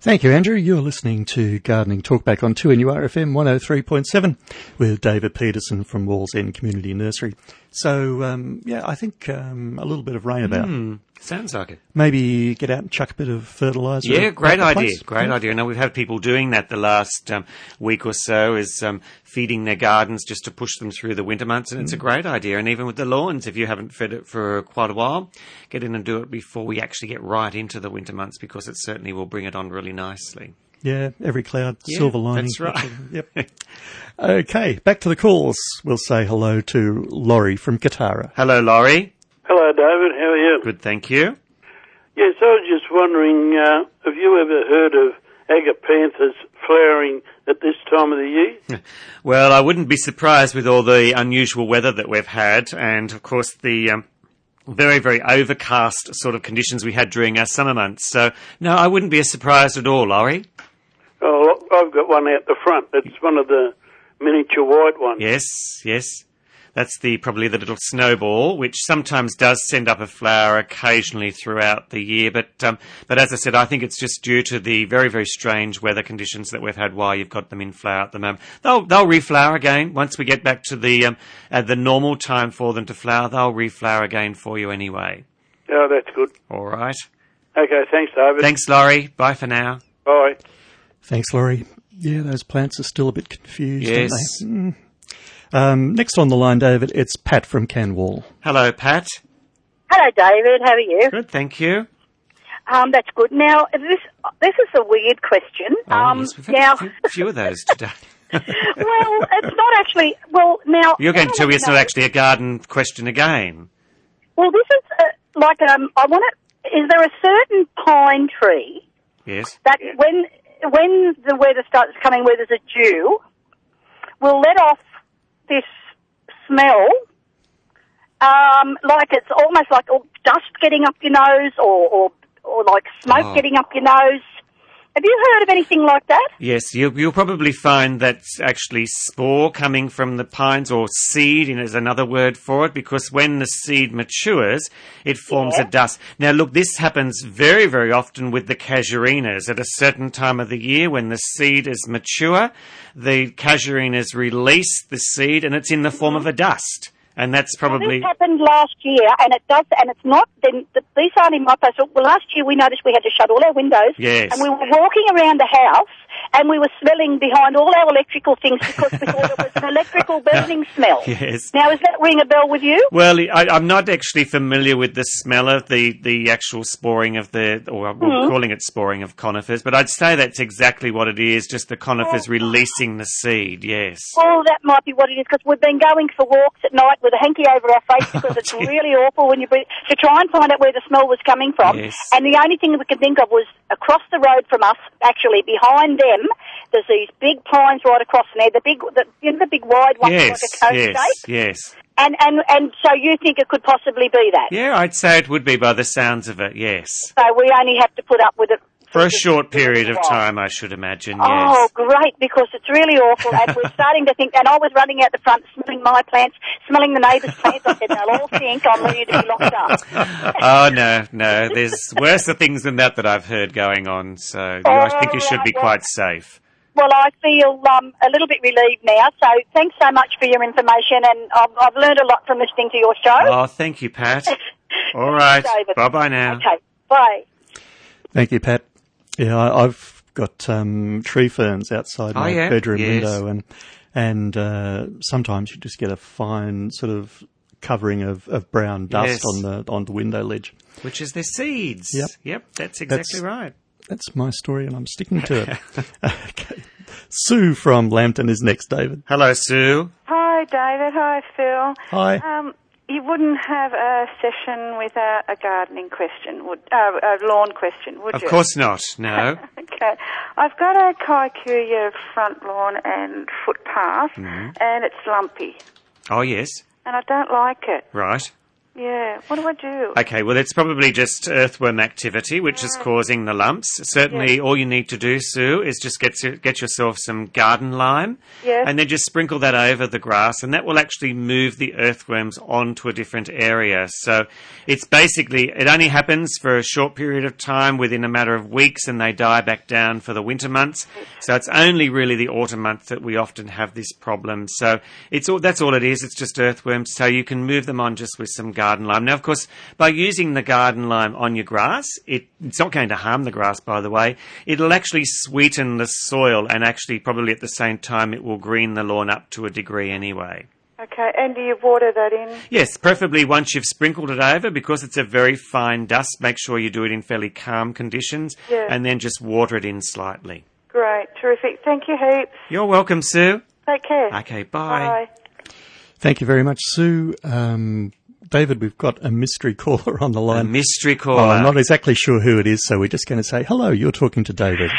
Speaker 1: Thank you, Andrew. You're listening to Gardening Talkback on 2NURFM 103.7 with David Peterson from Walls End Community Nursery. So, um, yeah, I think um, a little bit of rain about.
Speaker 2: Hmm, sounds like it.
Speaker 1: Maybe get out and chuck a bit of fertiliser.
Speaker 2: Yeah,
Speaker 1: about
Speaker 2: great
Speaker 1: the
Speaker 2: idea.
Speaker 1: place.
Speaker 2: Great
Speaker 1: Yeah.
Speaker 2: idea. Now we've had people doing that the last um, week or so, is um, feeding their gardens just to push them through the winter months, and it's
Speaker 1: Mm.
Speaker 2: a great idea. And even with the lawns, if you haven't fed it for quite a while, get in and do it before we actually get right into the winter months, because it certainly will bring it on really nicely.
Speaker 1: Yeah, every cloud,
Speaker 2: Yeah,
Speaker 1: silver lining.
Speaker 2: That's right.
Speaker 1: Yep. Okay, back to the calls. We'll say hello to Laurie from Katara.
Speaker 2: Hello, Laurie.
Speaker 13: Hello, David. How are you?
Speaker 2: Good, thank you.
Speaker 13: Yes, I was just wondering, uh, have you ever heard of agapanthus flowering at this time of the year?
Speaker 2: Well, I wouldn't be surprised with all the unusual weather that we've had, and of course the um, very, very overcast sort of conditions we had during our summer months. So, no, I wouldn't be surprised at all, Laurie.
Speaker 13: Oh, I've got one out the front. It's one of the miniature white ones.
Speaker 2: Yes, yes. That's the probably the little snowball, which sometimes does send up a flower occasionally throughout the year. But um, but as I said, I think it's just due to the very very strange weather conditions that we've had. While you've got them in flower at the moment, they'll they'll reflower again once we get back to the um, at the normal time for them to flower. They'll reflower again for you anyway.
Speaker 13: Oh, that's good.
Speaker 2: All right.
Speaker 13: Okay, thanks, David.
Speaker 2: Thanks, Laurie. Bye for now.
Speaker 13: Bye.
Speaker 1: Thanks, Laurie. Yeah, those plants are still a bit confused,
Speaker 2: Yes.
Speaker 1: aren't they? Mm. Um, next on the line, David, it's Pat from Canwall.
Speaker 2: Hello, Pat.
Speaker 14: Hello, David. How are you?
Speaker 2: Good, thank you.
Speaker 14: Um, that's good. Now, this this is a weird question.
Speaker 2: Oh,
Speaker 14: um,
Speaker 2: yes, we've had
Speaker 14: now,
Speaker 2: a few, few of those today.
Speaker 14: well, it's not actually. Well, now
Speaker 2: You're going
Speaker 14: now
Speaker 2: to tell
Speaker 14: I
Speaker 2: me it's not
Speaker 14: know-
Speaker 2: actually a garden question again.
Speaker 14: Well, this is uh, like um, I want to. Is there a certain pine tree
Speaker 2: Yes.
Speaker 14: that when when the weather starts coming, where there's a dew, will let off this smell? Um, like it's almost like oh, dust getting up your nose, or or, or like smoke
Speaker 2: Oh.
Speaker 14: getting up your nose. Have you heard of anything like that?
Speaker 2: Yes, you, you'll probably find that actually spore coming from the pines or seed is another word for it because when the seed matures, it forms a dust. Now, look, this happens very, very often with the casuarinas. At a certain time of the year, when the seed is mature, the casuarinas release the seed and it's in the form of a dust. And that's probably.
Speaker 14: This happened last year, and it does, and it's not. Then the, these aren't in my place. Well, last year we noticed we had to shut all our windows,
Speaker 2: Yes.
Speaker 14: and we were walking around the house, and we were smelling behind all our electrical things because we thought it was an electrical burning smell.
Speaker 2: Yes.
Speaker 14: Now, does that ring a bell with you?
Speaker 2: Well, I, I'm not actually familiar with the smell of the, the actual sporing of the, or I'm
Speaker 14: Mhm.
Speaker 2: calling it sporing of conifers, but I'd say that's exactly what it is, just the conifers releasing the seed, yes.
Speaker 14: Oh, that might be what it is because we've been going for walks at night with a hanky over our face because it's really awful when you breathe, to try and find out where the smell was coming from.
Speaker 2: Yes.
Speaker 14: And the only thing that we could think of was across the road from us, actually behind them, there's these big pines right across from there, the big, the, you know, the big wide ones
Speaker 2: Yes,
Speaker 14: like a cone
Speaker 2: yes,
Speaker 14: shape.
Speaker 2: yes.
Speaker 14: And and and so you think it could possibly be that?
Speaker 2: Yeah, I'd say it would be by the sounds of it, yes.
Speaker 14: So we only have to put up with it.
Speaker 2: For a short period of time, I should imagine,
Speaker 14: Oh,
Speaker 2: yes.
Speaker 14: great! Because it's really awful, and we're starting to think. And I was running out the front, smelling my plants, smelling the neighbours' plants. I said, "They'll all think I'm ready to be locked up."
Speaker 2: oh, no, no,
Speaker 14: Oh,
Speaker 2: there's worse things than that that I've heard going on, so you- I think you should be quite safe.
Speaker 14: Well, I feel um, a little bit relieved now. So thanks so much for your information, and I've, I've learned a lot from listening to your show.
Speaker 2: Oh, thank you, Pat. All right.
Speaker 14: David.
Speaker 2: Bye bye now.
Speaker 14: Okay, bye.
Speaker 1: Thank you, Pat. Yeah, I, I've got um, tree ferns outside
Speaker 2: Oh,
Speaker 1: my
Speaker 2: yeah?
Speaker 1: bedroom
Speaker 2: Yes.
Speaker 1: window, and and uh, sometimes you just get a fine sort of covering of, of brown
Speaker 2: Yes.
Speaker 1: dust on the on the window ledge.
Speaker 2: Which is their seeds.
Speaker 1: Yep.
Speaker 2: that's
Speaker 1: That's-
Speaker 2: exactly right.
Speaker 1: That's my story, and I'm sticking to it. okay. Sue from Lambton is next, David.
Speaker 2: Hello, Sue.
Speaker 15: Hi, David. Hi, Phil.
Speaker 1: Hi.
Speaker 15: Um, you wouldn't have a session without a gardening question, would uh, a lawn question, would
Speaker 2: Of
Speaker 15: you?
Speaker 2: course not. No.
Speaker 15: Okay. I've got a Kaikouya front lawn and footpath,
Speaker 2: Mhm.
Speaker 15: and it's lumpy,
Speaker 2: Oh, yes.
Speaker 15: and I don't like it.
Speaker 2: Right.
Speaker 15: Yeah. What do I do?
Speaker 2: Okay, well, it's probably just earthworm activity which
Speaker 15: Uh,
Speaker 2: is causing the lumps. Certainly,
Speaker 15: Yeah.
Speaker 2: all you need to do, Sue, is just get to, get yourself some garden lime,
Speaker 15: Yes.
Speaker 2: and then just sprinkle that over the grass, and that will actually move the earthworms onto a different area. So, it's basically it only happens for a short period of time, within a matter of weeks, and they die back down for the winter months. So, it's only really the autumn months that we often have this problem. So, it's all that's all it is. It's just earthworms. So you can move them on just with some garden lime. Now, of course, by using the garden lime on your grass, it, it's not going to harm the grass, by the way. It'll actually sweeten the soil and actually probably at the same time it will green the lawn up to a degree anyway.
Speaker 15: Okay. And do you water that in?
Speaker 2: Yes, preferably once you've sprinkled it over because it's a very fine dust, make sure you do it in fairly calm conditions
Speaker 15: Yeah.
Speaker 2: and then just water it in slightly.
Speaker 15: Great. Terrific. Thank you heaps.
Speaker 2: You're welcome, Sue.
Speaker 15: Take care.
Speaker 2: Okay,
Speaker 15: Bye.
Speaker 1: Thank you very much, Sue. Um, David, we've got a mystery caller on the line.
Speaker 2: mystery
Speaker 1: caller. I'm not exactly sure who it is, so we're just going to say, hello, you're talking to David.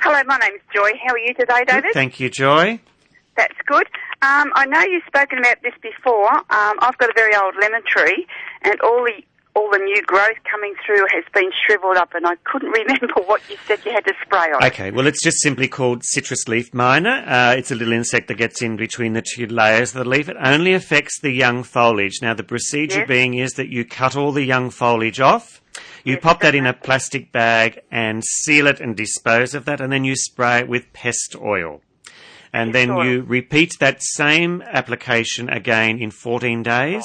Speaker 16: Hello, my name's Joy. How are you today, David?
Speaker 2: Thank you, Joy.
Speaker 16: That's good. Um, I know you've spoken about this before. Um, I've got a very old lemon tree, and all the all the new growth coming through has been shriveled up, and I couldn't remember what you said you had to spray on.
Speaker 2: Okay, well, it's just simply called citrus leaf miner. Uh, it's a little insect that gets in between the two layers of the leaf. It only affects the young foliage. Now, the procedure
Speaker 16: Yes.
Speaker 2: being is that you cut all the young foliage off. You pop that in a plastic bag and seal it and dispose of that, and then you spray it with pest oil. And then you repeat that same application again in 14 days,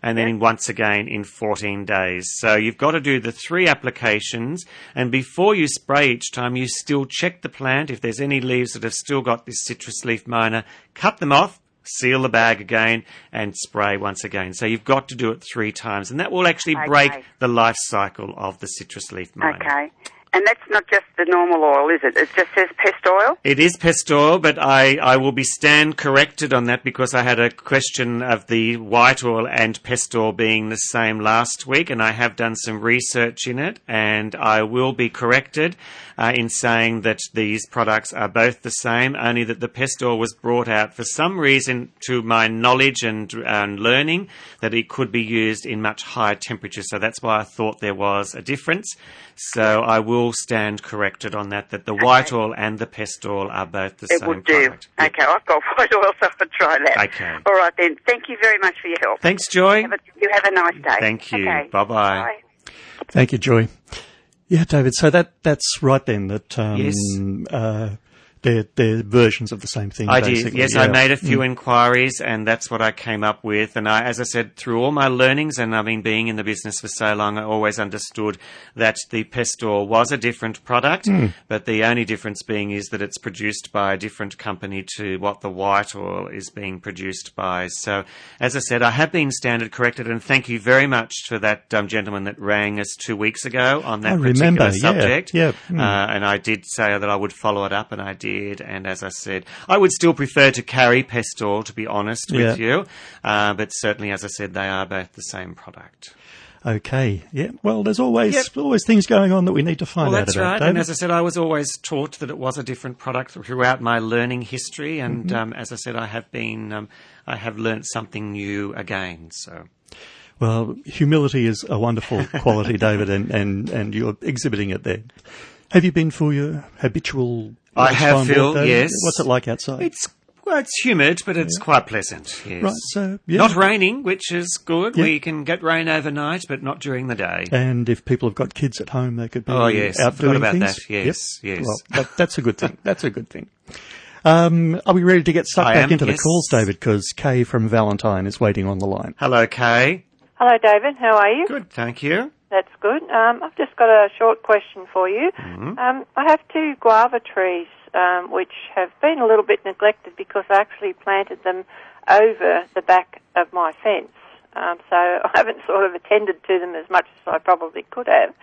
Speaker 2: and then once again in 14 days. So you've got to do the three applications, and before you spray each time, you still check the plant. If there's any leaves that have still got this citrus leaf miner, cut them off, seal the bag again, and spray once again. So you've got to do it three times, and that will actually break
Speaker 16: Okay.
Speaker 2: the life cycle of the citrus leaf miner.
Speaker 16: Okay. And that's not just the normal oil, is it? It just says pest oil.
Speaker 2: It is pestor, but I, I will be stand corrected on that because I had a question of the white oil and pestor being the same last week, and I have done some research in it, and I will be corrected uh, in saying that these products are both the same, only that the pestor was brought out for some reason to my knowledge and, and learning that it could be used in much higher temperatures. So that's why I thought there was a difference. So I will stand corrected on that, that the white oil and the pest oil are both the
Speaker 16: it
Speaker 2: same
Speaker 16: will do.
Speaker 2: product.
Speaker 16: Okay, I've got white oil, so I'll try that.
Speaker 2: Okay.
Speaker 16: All right then. Thank you very much for your help.
Speaker 2: Thanks, Joy.
Speaker 16: Have a, you have a nice day.
Speaker 2: Thank you.
Speaker 16: Okay.
Speaker 2: Bye-bye.
Speaker 16: Bye.
Speaker 1: Thank you, Joy. Yeah, David, so that, that's right then, that, um,
Speaker 2: Yes.
Speaker 1: uh, they're, they're versions of the same thing.
Speaker 2: I did.
Speaker 1: basically.
Speaker 2: Yes,
Speaker 1: Yeah.
Speaker 2: I made a few
Speaker 1: Mm.
Speaker 2: inquiries, and that's what I came up with. And I, as I said, through all my learnings, and I mean, being in the business for so long, I always understood that the Pestor was a different product,
Speaker 1: Mm.
Speaker 2: but the only difference being is that it's produced by a different company to what the white oil is being produced by. So, as I said, I have been standard corrected, and thank you very much for that um, gentleman that rang us two weeks ago on that
Speaker 1: I
Speaker 2: particular
Speaker 1: remember, yeah,
Speaker 2: subject.
Speaker 1: yeah, mm.
Speaker 2: Uh, uh, and I did say that I would follow it up, and I did. And as I said, I would still prefer to carry Pestor, to be honest with
Speaker 1: Yeah.
Speaker 2: you. Uh, but certainly, as I said, they are both the same product.
Speaker 1: Okay. Yeah. Well, there's always,
Speaker 2: Yep.
Speaker 1: always things going on that we need to find
Speaker 2: well,
Speaker 1: out
Speaker 2: that's
Speaker 1: about.
Speaker 2: right.
Speaker 1: David.
Speaker 2: And as I said, I was always taught that it was a different product throughout my learning history. And
Speaker 1: Mhm.
Speaker 2: um, as I said, I have been, um, I have learnt something new again. So.
Speaker 1: Well, humility is a wonderful quality, David, and, and, and you're exhibiting it there. Have you been for your habitual?
Speaker 2: I have,
Speaker 1: lunchtime walk,
Speaker 2: Phil,
Speaker 1: David?
Speaker 2: yes.
Speaker 1: What's it like outside?
Speaker 2: It's Well, it's humid, but it's quite pleasant. Yes.
Speaker 1: Right, so, yeah.
Speaker 2: Not raining, which is good.
Speaker 1: Yeah.
Speaker 2: We can get rain overnight, but not during the day.
Speaker 1: And if people have got kids at home, they could be
Speaker 2: Oh, yes.
Speaker 1: out
Speaker 2: Forgot
Speaker 1: doing
Speaker 2: about
Speaker 1: things.
Speaker 2: that. Yes,
Speaker 1: Yep.
Speaker 2: yes.
Speaker 1: Well, that, that's a good thing. That's a good thing. Um, are we ready to get stuck
Speaker 2: I
Speaker 1: back
Speaker 2: am,
Speaker 1: into the
Speaker 2: yes.
Speaker 1: calls, David? Because Kay from Valentine is waiting on the line.
Speaker 2: Hello, Kay.
Speaker 17: Hello, David. How are you?
Speaker 2: Good. Thank you.
Speaker 17: That's good. Um, I've just got a short question for you. Um, I have two guava trees um, which have been a little bit neglected because I actually planted them over the back of my fence. Um, so I haven't sort of attended to them as much as I probably could have.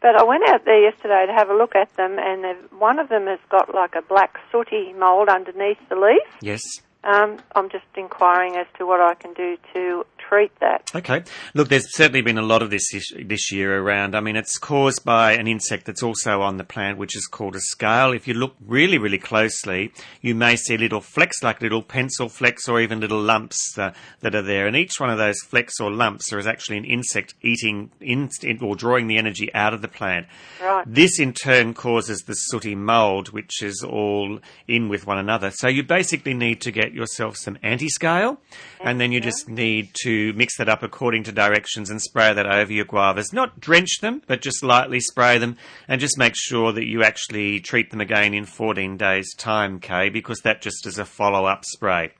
Speaker 17: But I went out there yesterday to have a look at them, and they've- one of them has got like a black sooty mold underneath the leaf.
Speaker 2: Yes.
Speaker 17: Um, I'm just inquiring as to what I can do to treat that.
Speaker 2: Okay. Look, there's certainly been a lot of this ish- this year around. I mean, it's caused by an insect that's also on the plant, which is called a scale. If you look really, really closely, you may see little flecks, like little pencil flecks, or even little lumps uh, that are there. And each one of those flecks or lumps is actually an insect eating in, or drawing the energy out of the plant.
Speaker 17: Right.
Speaker 2: This in turn causes the sooty mold, which is all in with one another. So you basically need to get yourself some anti scale, and then you just need to mix that up according to directions and spray that over your guavas. Not drench them, but just lightly spray them, and just make sure that you actually treat them again in 14 days' time, Kay, because that just is a follow up spray.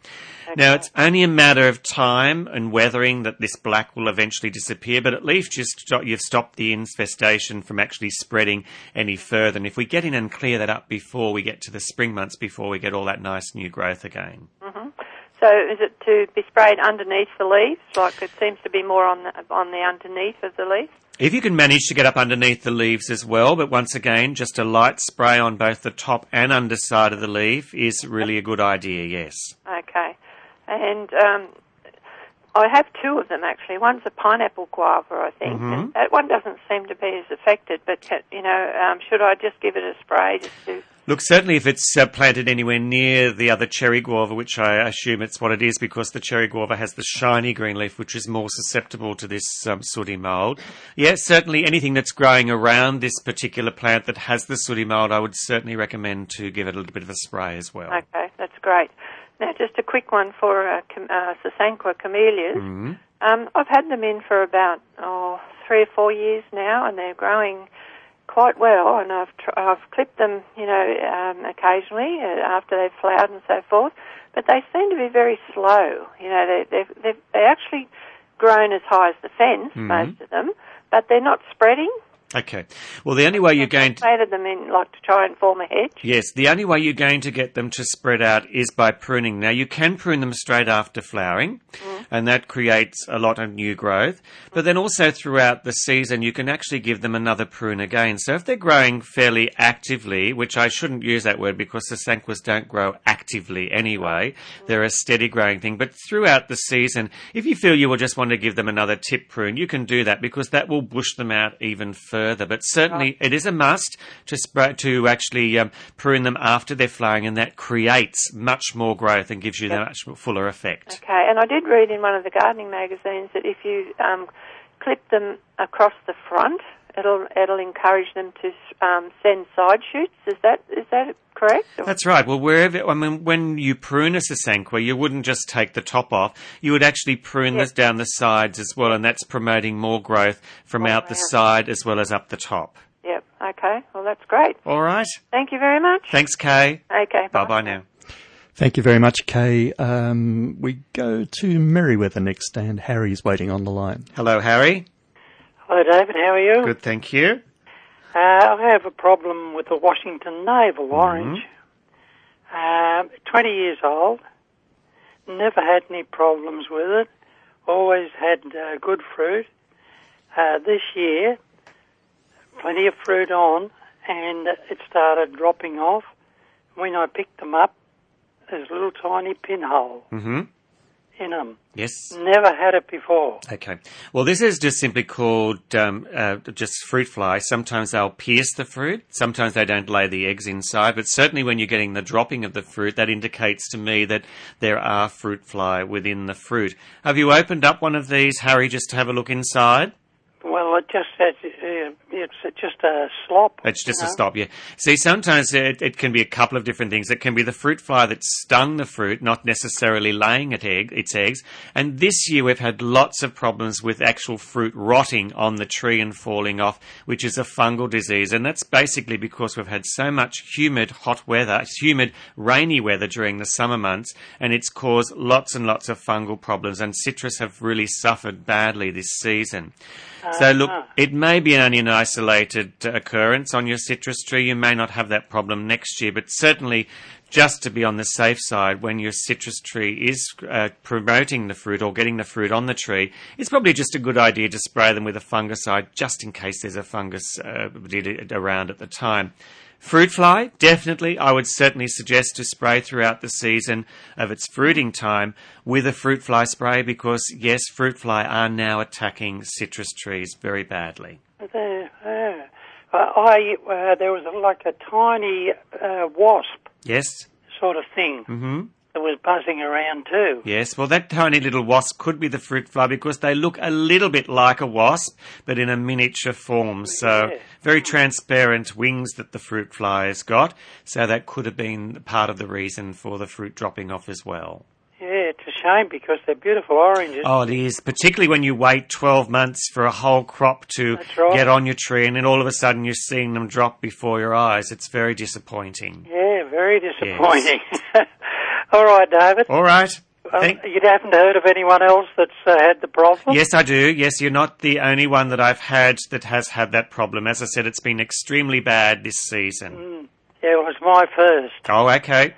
Speaker 2: Now, it's only a matter of time and weathering that this black will eventually disappear, but at least you've, sto- you've stopped the infestation from actually spreading any further. And if we get in and clear that up before we get to the spring months, before we get all that nice new growth again.
Speaker 17: hmm So is it to be sprayed underneath the leaves? Like it seems to be more on the, on the underneath of the leaf.
Speaker 2: If you can manage to get up underneath the leaves as well, but once again, just a light spray on both the top and underside of the leaf is really a good idea, yes.
Speaker 17: Okay. And um, I have two of them actually. One's a pineapple guava, I think.
Speaker 2: Mhm.
Speaker 17: That one doesn't seem to be as affected, but ca- you know, um, should I just give it a spray just to?
Speaker 2: Look, certainly if it's uh, planted anywhere near the other cherry guava, which I assume it's what it is because the cherry guava has the shiny green leaf, which is more susceptible to this um, sooty mold. Yeah, certainly anything that's growing around this particular plant that has the sooty mold, I would certainly recommend to give it a little bit of a spray as well.
Speaker 17: Okay, that's great. Now just a quick one for uh, cham- uh, Sasanqua camellias.
Speaker 2: Mhm.
Speaker 17: Um, I've had them in for about oh, three or four years now, and they're growing quite well. And I've tr- I've clipped them, you know, um, occasionally uh, after they've flowered and so forth. But they seem to be very slow. You know, they they've, they've they actually grown as high as the fence,
Speaker 2: Mhm.
Speaker 17: most of them, but they're not spreading.
Speaker 2: Okay. Well, the only way you're going to
Speaker 17: Planted them in like to try and form a hedge.
Speaker 2: Yes, the only way you're going to get them to spread out is by pruning. Now, you can prune them straight after flowering, and that creates a lot of new growth. But then also throughout the season, you can actually give them another prune again. So if they're growing fairly actively, which I shouldn't use that word because the sanquas don't grow actively anyway, they're a steady growing thing. But throughout the season, if you feel you will just want to give them another tip prune, you can do that because that will bush them out even further. But certainly, it is a must to spray, to actually um, prune them after they're flowering, and that creates much more growth and gives you the much fuller effect.
Speaker 17: Okay, and I did read in one of the gardening magazines that if you um, clip them across the front, it'll it'll encourage them to um, send side shoots. Is that is that correct?
Speaker 2: That's right. Well, wherever, I mean, when you prune a sasanqua, you wouldn't just take the top off. You would actually prune this down the sides as well, and that's promoting more growth from out the side as well as up the top.
Speaker 17: Yep. Okay. Well, that's great.
Speaker 2: All right.
Speaker 17: Thank you very much.
Speaker 2: Thanks, Kay.
Speaker 17: Okay.
Speaker 2: Bye bye now.
Speaker 1: Thank you very much, Kay. Um, we go to Merriweather next, and Harry's waiting on the line.
Speaker 2: Hello, Harry.
Speaker 4: Hello, David. How are you?
Speaker 2: Good, thank you.
Speaker 4: Uh, I have a problem with the Washington navel orange. Um, 20 years old. Never had any problems with it. Always had uh, good fruit. Uh, this year, plenty of fruit on, and it started dropping off. When I picked them up, there's a little tiny pinhole
Speaker 2: Mm-hmm.
Speaker 4: in them.
Speaker 2: Yes.
Speaker 4: Never had it before.
Speaker 2: Okay. Well, this is just simply called um, uh, just fruit fly. Sometimes they'll pierce the fruit. Sometimes they don't lay the eggs inside. But certainly, when you're getting the dropping of the fruit, that indicates to me that there are fruit fly within the fruit. Have you opened up one of these, Harry, just to have a look inside?
Speaker 4: Well, it just has, uh, it's just a slop.
Speaker 2: It's just
Speaker 4: you
Speaker 2: a
Speaker 4: know.
Speaker 2: stop, yeah. See, sometimes it, it can be a couple of different things. It can be the fruit fly that stung the fruit, not necessarily laying it egg, its eggs. And this year we've had lots of problems with actual fruit rotting on the tree and falling off, which is a fungal disease. And that's basically because we've had so much humid, hot weather, humid, rainy weather during the summer months, and it's caused lots and lots of fungal problems. And citrus have really suffered badly this season. So look,
Speaker 4: Ah.
Speaker 2: it may be only an isolated uh, occurrence on your citrus tree. You may not have that problem next year, but certainly just to be on the safe side, when your citrus tree is uh, promoting the fruit or getting the fruit on the tree, it's probably just a good idea to spray them with a fungicide just in case there's a fungus uh, did- around at the time. Fruit fly, definitely. I would certainly suggest to spray throughout the season of its fruiting time with a fruit fly spray because, yes, fruit fly are now attacking citrus trees very badly.
Speaker 4: There, yeah. Uh, I uh, there was a, like a tiny uh, wasp
Speaker 2: Yes?
Speaker 4: sort of thing
Speaker 2: hmm
Speaker 4: that was buzzing around too.
Speaker 2: Yes, well, that tiny little wasp could be the fruit fly because they look a little bit like a wasp, but in a miniature form. So,
Speaker 4: Yeah.
Speaker 2: very transparent wings that the fruit fly has got. So, that could have been part of the reason for the fruit dropping off as well.
Speaker 4: Yeah, it's a shame because they're beautiful oranges.
Speaker 2: Oh, it is. Particularly when you wait 12 months for a whole crop to
Speaker 4: right.
Speaker 2: get on your tree and then all of a sudden you're seeing them drop before your eyes. It's very disappointing.
Speaker 4: Yeah, very disappointing. All right, David.
Speaker 2: All right.
Speaker 4: Um,
Speaker 2: Thank-
Speaker 4: you haven't heard of anyone else that's uh, had the problem?
Speaker 2: Yes, I do. Yes, you're not the only one that I've had that has had that problem. As I said, it's been extremely bad this season.
Speaker 4: Mm. Yeah, it was my first.
Speaker 2: Oh, okay.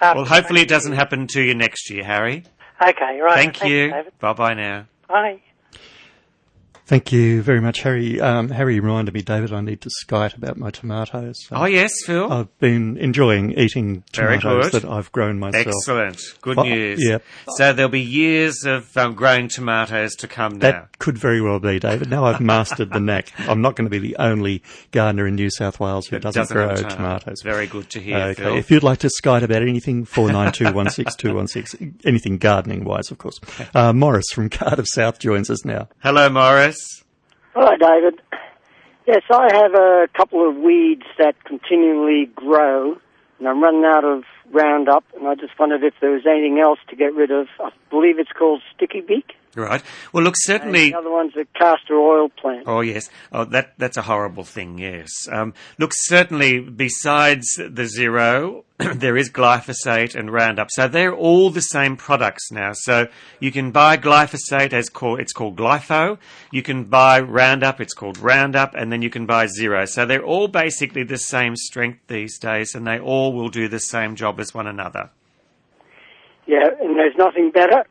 Speaker 4: Um,
Speaker 2: Well, hopefully it doesn't happen to you next year, Harry.
Speaker 4: Okay, right.
Speaker 2: Thank
Speaker 4: Thanks,
Speaker 2: you.
Speaker 4: David.
Speaker 2: Bye bye now.
Speaker 4: Bye.
Speaker 1: Thank you very much, Harry. Um, Harry reminded me, David, I need to skite about my tomatoes. So
Speaker 2: Oh, yes, Phil.
Speaker 1: I've been enjoying eating
Speaker 2: Very
Speaker 1: tomatoes
Speaker 2: good.
Speaker 1: that I've grown myself.
Speaker 2: Excellent. Good
Speaker 1: Well,
Speaker 2: news.
Speaker 1: Yeah,
Speaker 2: So there'll be years of um, growing tomatoes to come
Speaker 1: that
Speaker 2: now.
Speaker 1: could very well be, David. Now I've mastered the knack. I'm not going to be the only gardener in New South Wales who
Speaker 2: That
Speaker 1: doesn't,
Speaker 2: doesn't
Speaker 1: grow
Speaker 2: have tomato-
Speaker 1: tomatoes.
Speaker 2: Very good to hear,
Speaker 1: Okay.
Speaker 2: Phil.
Speaker 1: If you'd like to Skype about anything, four nine two one six two one six. Anything gardening wise, of course. Uh, Morris from Cardiff South joins us now.
Speaker 2: Hello, Morris.
Speaker 18: Hi, David. Yes, I have a couple of weeds that continually grow, and I'm running out of Roundup, and I just wondered if there was anything else to get rid of. I believe it's called sticky beak.
Speaker 2: Right. Well, look, certainly.
Speaker 18: And the other one's a castor oil plant.
Speaker 2: Oh yes, oh that that's a horrible thing. Yes, um, look, certainly besides the zero, there is glyphosate and Roundup. So they're all the same products now. So you can buy glyphosate as called it's called glypho. You can buy Roundup, it's called Roundup, and then you can buy zero. So they're all basically the same strength these days, and they all will do the same job as one another.
Speaker 18: Yeah, and there's nothing better.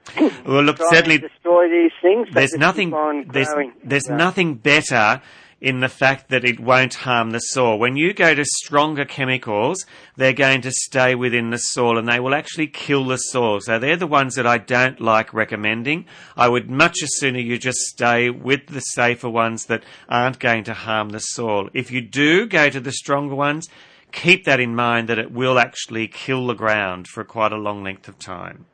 Speaker 2: Well, look,
Speaker 18: Try and
Speaker 2: certainly
Speaker 18: destroy these things. They
Speaker 2: there's
Speaker 18: just
Speaker 2: nothing
Speaker 18: keep on
Speaker 2: there's,
Speaker 18: growing.
Speaker 2: there's nothing better in the fact that it won't harm the soil. When you go to stronger chemicals, they're going to stay within the soil and they will actually kill the soil. So they're the ones that I don't like recommending. I would much as sooner you just stay with the safer ones that aren't going to harm the soil. If you do go to the stronger ones, keep that in mind that it will actually kill the ground for quite a long length of time.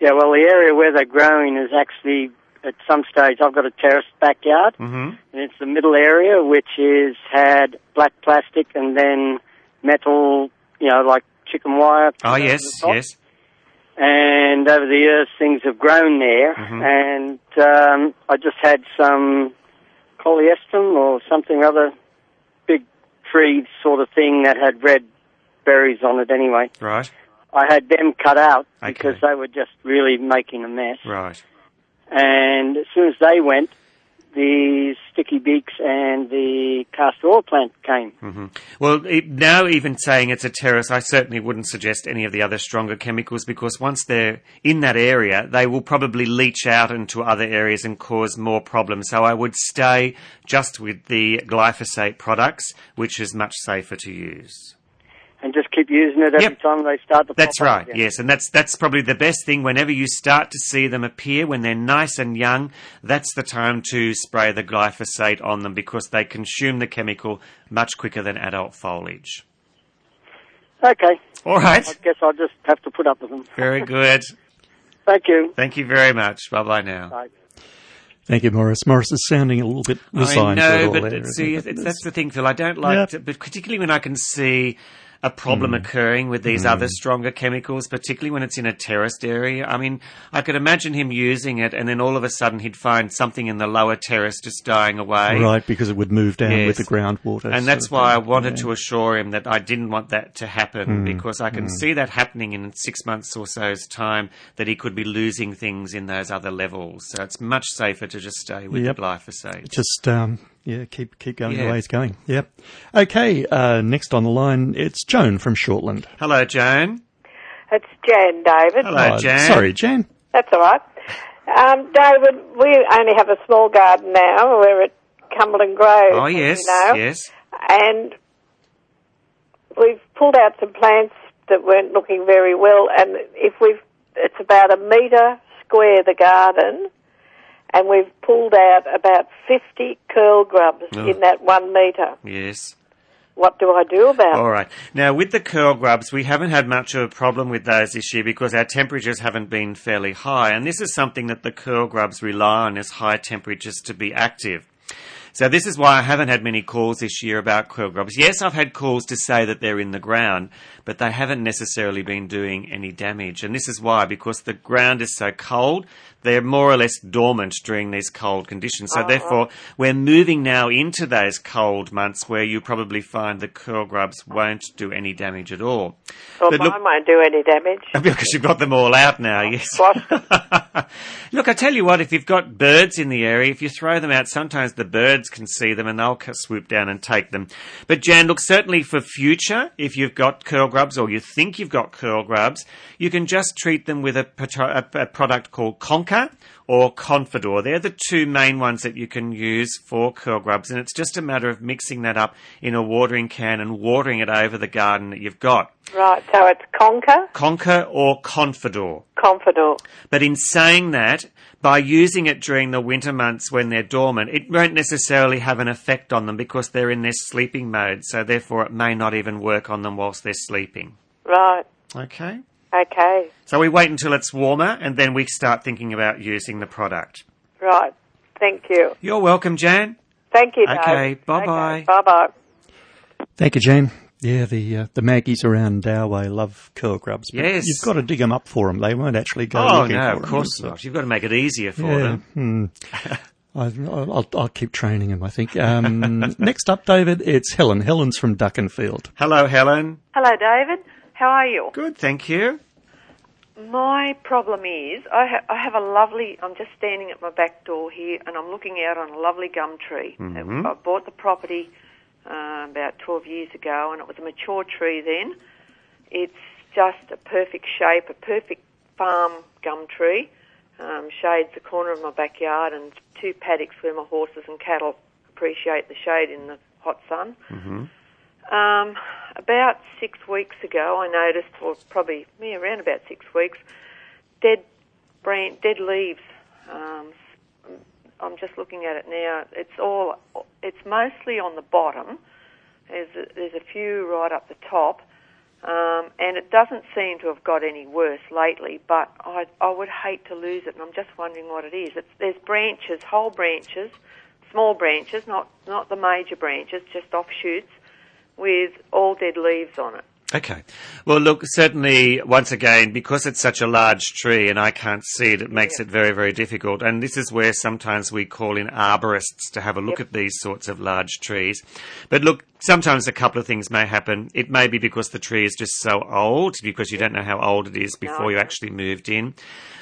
Speaker 18: Yeah, well, the area where they're growing is actually at some stage. I've got a terraced backyard,
Speaker 2: Mm-hmm.
Speaker 18: and it's the middle area which is had black plastic and then metal, you know, like chicken wire.
Speaker 2: Oh, yes,
Speaker 18: top.
Speaker 2: yes.
Speaker 18: And over the years, things have grown there,
Speaker 2: Mm-hmm.
Speaker 18: and um, I just had some coleostrum or something other big tree sort of thing that had red berries on it. Anyway,
Speaker 2: Right,
Speaker 18: I had them cut out
Speaker 2: Okay.
Speaker 18: because they were just really making a mess.
Speaker 2: right.
Speaker 18: And as soon as they went, the sticky beaks and the castor oil plant came.
Speaker 2: hmm Well, e now even saying it's a terrace, I certainly wouldn't suggest any of the other stronger chemicals because once they're in that area, they will probably leach out into other areas and cause more problems. So I would stay just with the glyphosate products, which is much safer to use.
Speaker 18: And just keep using it every time they start to
Speaker 2: That's
Speaker 18: pop up
Speaker 2: right.
Speaker 18: again.
Speaker 2: Yes, and that's that's probably the best thing. Whenever you start to see them appear, when they're nice and young, that's the time to spray the glyphosate on them because they consume the chemical much quicker than adult foliage.
Speaker 18: Okay.
Speaker 2: All right.
Speaker 18: I guess I'll just have to put up with them.
Speaker 2: Very good.
Speaker 18: Thank you.
Speaker 2: Thank you very much. Bye bye now.
Speaker 18: Bye.
Speaker 1: Thank you, Morris. Morris is sounding a little bit resigned.
Speaker 2: I
Speaker 1: to it all
Speaker 2: know, but
Speaker 1: there, isn't
Speaker 2: see,
Speaker 1: he?
Speaker 2: it's, that's the thing, Phil. I don't like, to, but particularly when I can see a
Speaker 1: Hmm.
Speaker 2: problem occurring with these
Speaker 1: Mm.
Speaker 2: other stronger chemicals, particularly when it's in a terraced area. I mean, I could imagine him using it, and then all of a sudden he'd find something in the lower terrace just dying away.
Speaker 1: right because it would move down with the
Speaker 2: Yes.
Speaker 1: groundwater. sort
Speaker 2: And that's
Speaker 1: of
Speaker 2: why
Speaker 1: thing.
Speaker 2: I wanted to assure him that I didn't want that to happen
Speaker 1: Mm,
Speaker 2: because I can
Speaker 1: mm.
Speaker 2: see that happening in six months or so's time that he could be losing things in those other levels. So it's much safer to just stay with
Speaker 1: Yep.
Speaker 2: the glyphosate.
Speaker 1: Just um, yeah, keep keep going the
Speaker 2: Yeah.
Speaker 1: way it's going. Yeah. Okay. Uh, next on the line, it's Joan from Shortland.
Speaker 2: Hello, Joan.
Speaker 19: It's Jan, David.
Speaker 1: Oh, Sorry, Jan.
Speaker 19: That's all right. Um, David, we only have a small garden now. We're at Cumberland Grove.
Speaker 2: Oh,
Speaker 19: as you
Speaker 2: yes,
Speaker 19: know.
Speaker 2: yes.
Speaker 19: And we've pulled out some plants that weren't looking very well. And if we've, it's about a metre square, the garden. And we've pulled out about 50 curl grubs
Speaker 2: Oh.
Speaker 19: in that one metre.
Speaker 2: Yes.
Speaker 19: What do I do about it?
Speaker 2: All right. Now, with the curl grubs, we haven't had much of a problem with those this year because our temperatures haven't been fairly high. And this is something that the curl grubs rely on is high temperatures to be active. So this is why I haven't had many calls this year about curl grubs. Yes, I've had calls to say that they're in the ground, but they haven't necessarily been doing any damage. And this is why, because the ground is so cold, they're more or less dormant during these cold conditions. So
Speaker 20: Ah.
Speaker 2: therefore, we're moving now into those cold months where you probably find the curl grubs won't do any damage at all.
Speaker 19: Well,
Speaker 2: But
Speaker 19: mine
Speaker 2: look-
Speaker 19: won't do any damage.
Speaker 2: because you've got them all out now, yes. Look, I tell you what, if you've got birds in the area, if you throw them out, sometimes the birds can see them and they'll ca- swoop down and take them. But Jan, look, certainly for future, if you've got curl grubs or you think you've got curl grubs, you can just treat them with a, patro- a, a product called Conker or Confidor. They're the two main ones that you can use for curl grubs. And it's just a matter of mixing that up in a watering can and watering it over the garden that you've got.
Speaker 19: Right, so it's conker,
Speaker 2: Conquer or Confidor.
Speaker 19: confidor.
Speaker 2: But in saying that, by using it during the winter months when they're dormant, it won't necessarily have an effect on them because they're in their sleeping mode. So therefore, it may not even work on them whilst they're sleeping.
Speaker 19: Right,
Speaker 2: Okay.
Speaker 19: okay,
Speaker 2: So we wait until it's warmer and then we start thinking about using the product.
Speaker 19: right. Thank you.
Speaker 2: You're welcome, Jan.
Speaker 19: Thank you, Dave.
Speaker 2: Okay, bye-bye.
Speaker 19: Bye
Speaker 2: Oh,
Speaker 19: bye.
Speaker 1: Thank you, Jan. Yeah, the uh, the Maggies around Doway love curl grubs. but
Speaker 2: Yes.
Speaker 1: you've got to dig them up for them. They won't actually go.
Speaker 2: oh,
Speaker 1: looking
Speaker 2: no,
Speaker 1: for
Speaker 2: of
Speaker 1: 'em.
Speaker 2: course not. You've got to make it easier for
Speaker 1: yeah.
Speaker 2: them.
Speaker 1: hmm. I, I'll, I'll keep training him. I think. Um, next up, David, it's Helen. Helen's from Duckenfield.
Speaker 2: Hello, Helen.
Speaker 21: Hello, David. How are you?
Speaker 2: Good, thank you.
Speaker 21: My problem is I, ha- I have a lovely. I'm just standing at my back door here, and I'm looking out on a lovely gum tree.
Speaker 1: Mm-hmm.
Speaker 2: Mm-hmm.
Speaker 22: Mhm.
Speaker 21: I bought the property uh, about 12 years ago, and it was a mature tree then. It's just a perfect shape, a perfect farm gum tree. Um, shades the corner of my backyard and two paddocks where my horses and cattle appreciate the shade in the hot sun.
Speaker 23: Mm-hmm.
Speaker 21: Um, about six weeks ago, I noticed, or probably me around about six weeks, dead brand, dead leaves. Um, s- I'm just looking at it now. It's all, it's mostly on the bottom. There's a, there's a few right up the top, um, and it doesn't seem to have got any worse lately. But I I would hate to lose it, and I'm just wondering what it is. It's, there's branches, whole branches, small branches, not not the major branches, just offshoots with all dead leaves on it.
Speaker 2: Okay. Well, look, certainly, once again, because it's such a large tree and I can't see it, it makes it very, very difficult. And this is where sometimes we call in arborists to have a look at these sorts of large trees. But look, sometimes a couple of things may happen. It may be because the tree is just so old, because you don't know how old it is before you actually moved in.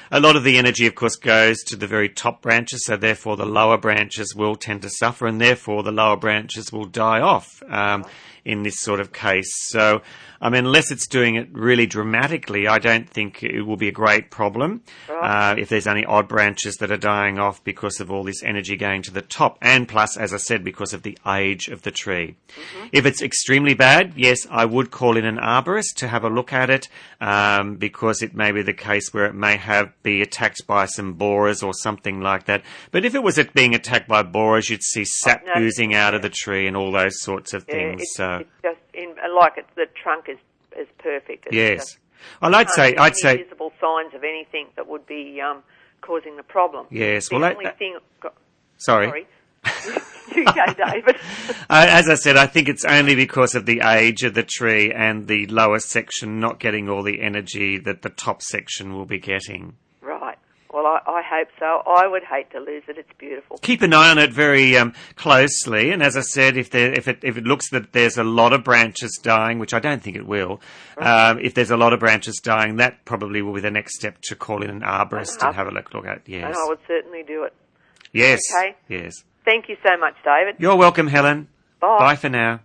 Speaker 2: A lot of the energy, of course, goes to the very top branches, so therefore the lower branches will tend to suffer, and therefore the lower branches will die off um, in this sort of case. So, I mean, unless it's doing it really dramatically, I don't think it will be a great problem uh, if there's only odd branches that are dying off because of all this energy going to the top, and plus, as I said, because of the age of the tree. If it's extremely bad, yes, I would call in an arborist to have a look at it um, because it may be the case where it may have be attacked by some borers or something like that. But if it was it being attacked by borers, you'd see sap
Speaker 21: no,
Speaker 2: oozing out of the tree and all those sorts of
Speaker 21: Yeah,
Speaker 2: things. uh,
Speaker 21: it's-
Speaker 2: so
Speaker 21: Just in like it's, the trunk is is perfect. It's
Speaker 2: yes,
Speaker 21: just-
Speaker 2: well, I'd
Speaker 21: can't
Speaker 2: say
Speaker 21: see
Speaker 2: I'd
Speaker 21: any
Speaker 2: say
Speaker 21: visible signs of anything that would be um, causing the problem.
Speaker 2: Yes,
Speaker 21: The
Speaker 2: well, that-
Speaker 21: only
Speaker 2: that-
Speaker 21: thing. go-
Speaker 2: Sorry.
Speaker 21: you go, David.
Speaker 2: Uh, as I said, I think it's only because of the age of the tree and the lower section not getting all the energy that the top section will be getting.
Speaker 21: Right. Well, I, I hope so. I would hate to lose it. It's beautiful.
Speaker 2: Keep an eye on it very um, closely, and as I said, if there, if it if it looks that there's a lot of branches dying, which I don't think it will, um, if there's a lot of branches dying, that probably will be the next step to call in an arborist and have a look look at. Yes,
Speaker 21: Uh-huh. And I would certainly do it.
Speaker 2: yes,
Speaker 21: Okay.
Speaker 2: yes.
Speaker 21: Thank you so much, David.
Speaker 2: You're welcome, Helen.
Speaker 21: Bye.
Speaker 2: Bye for now.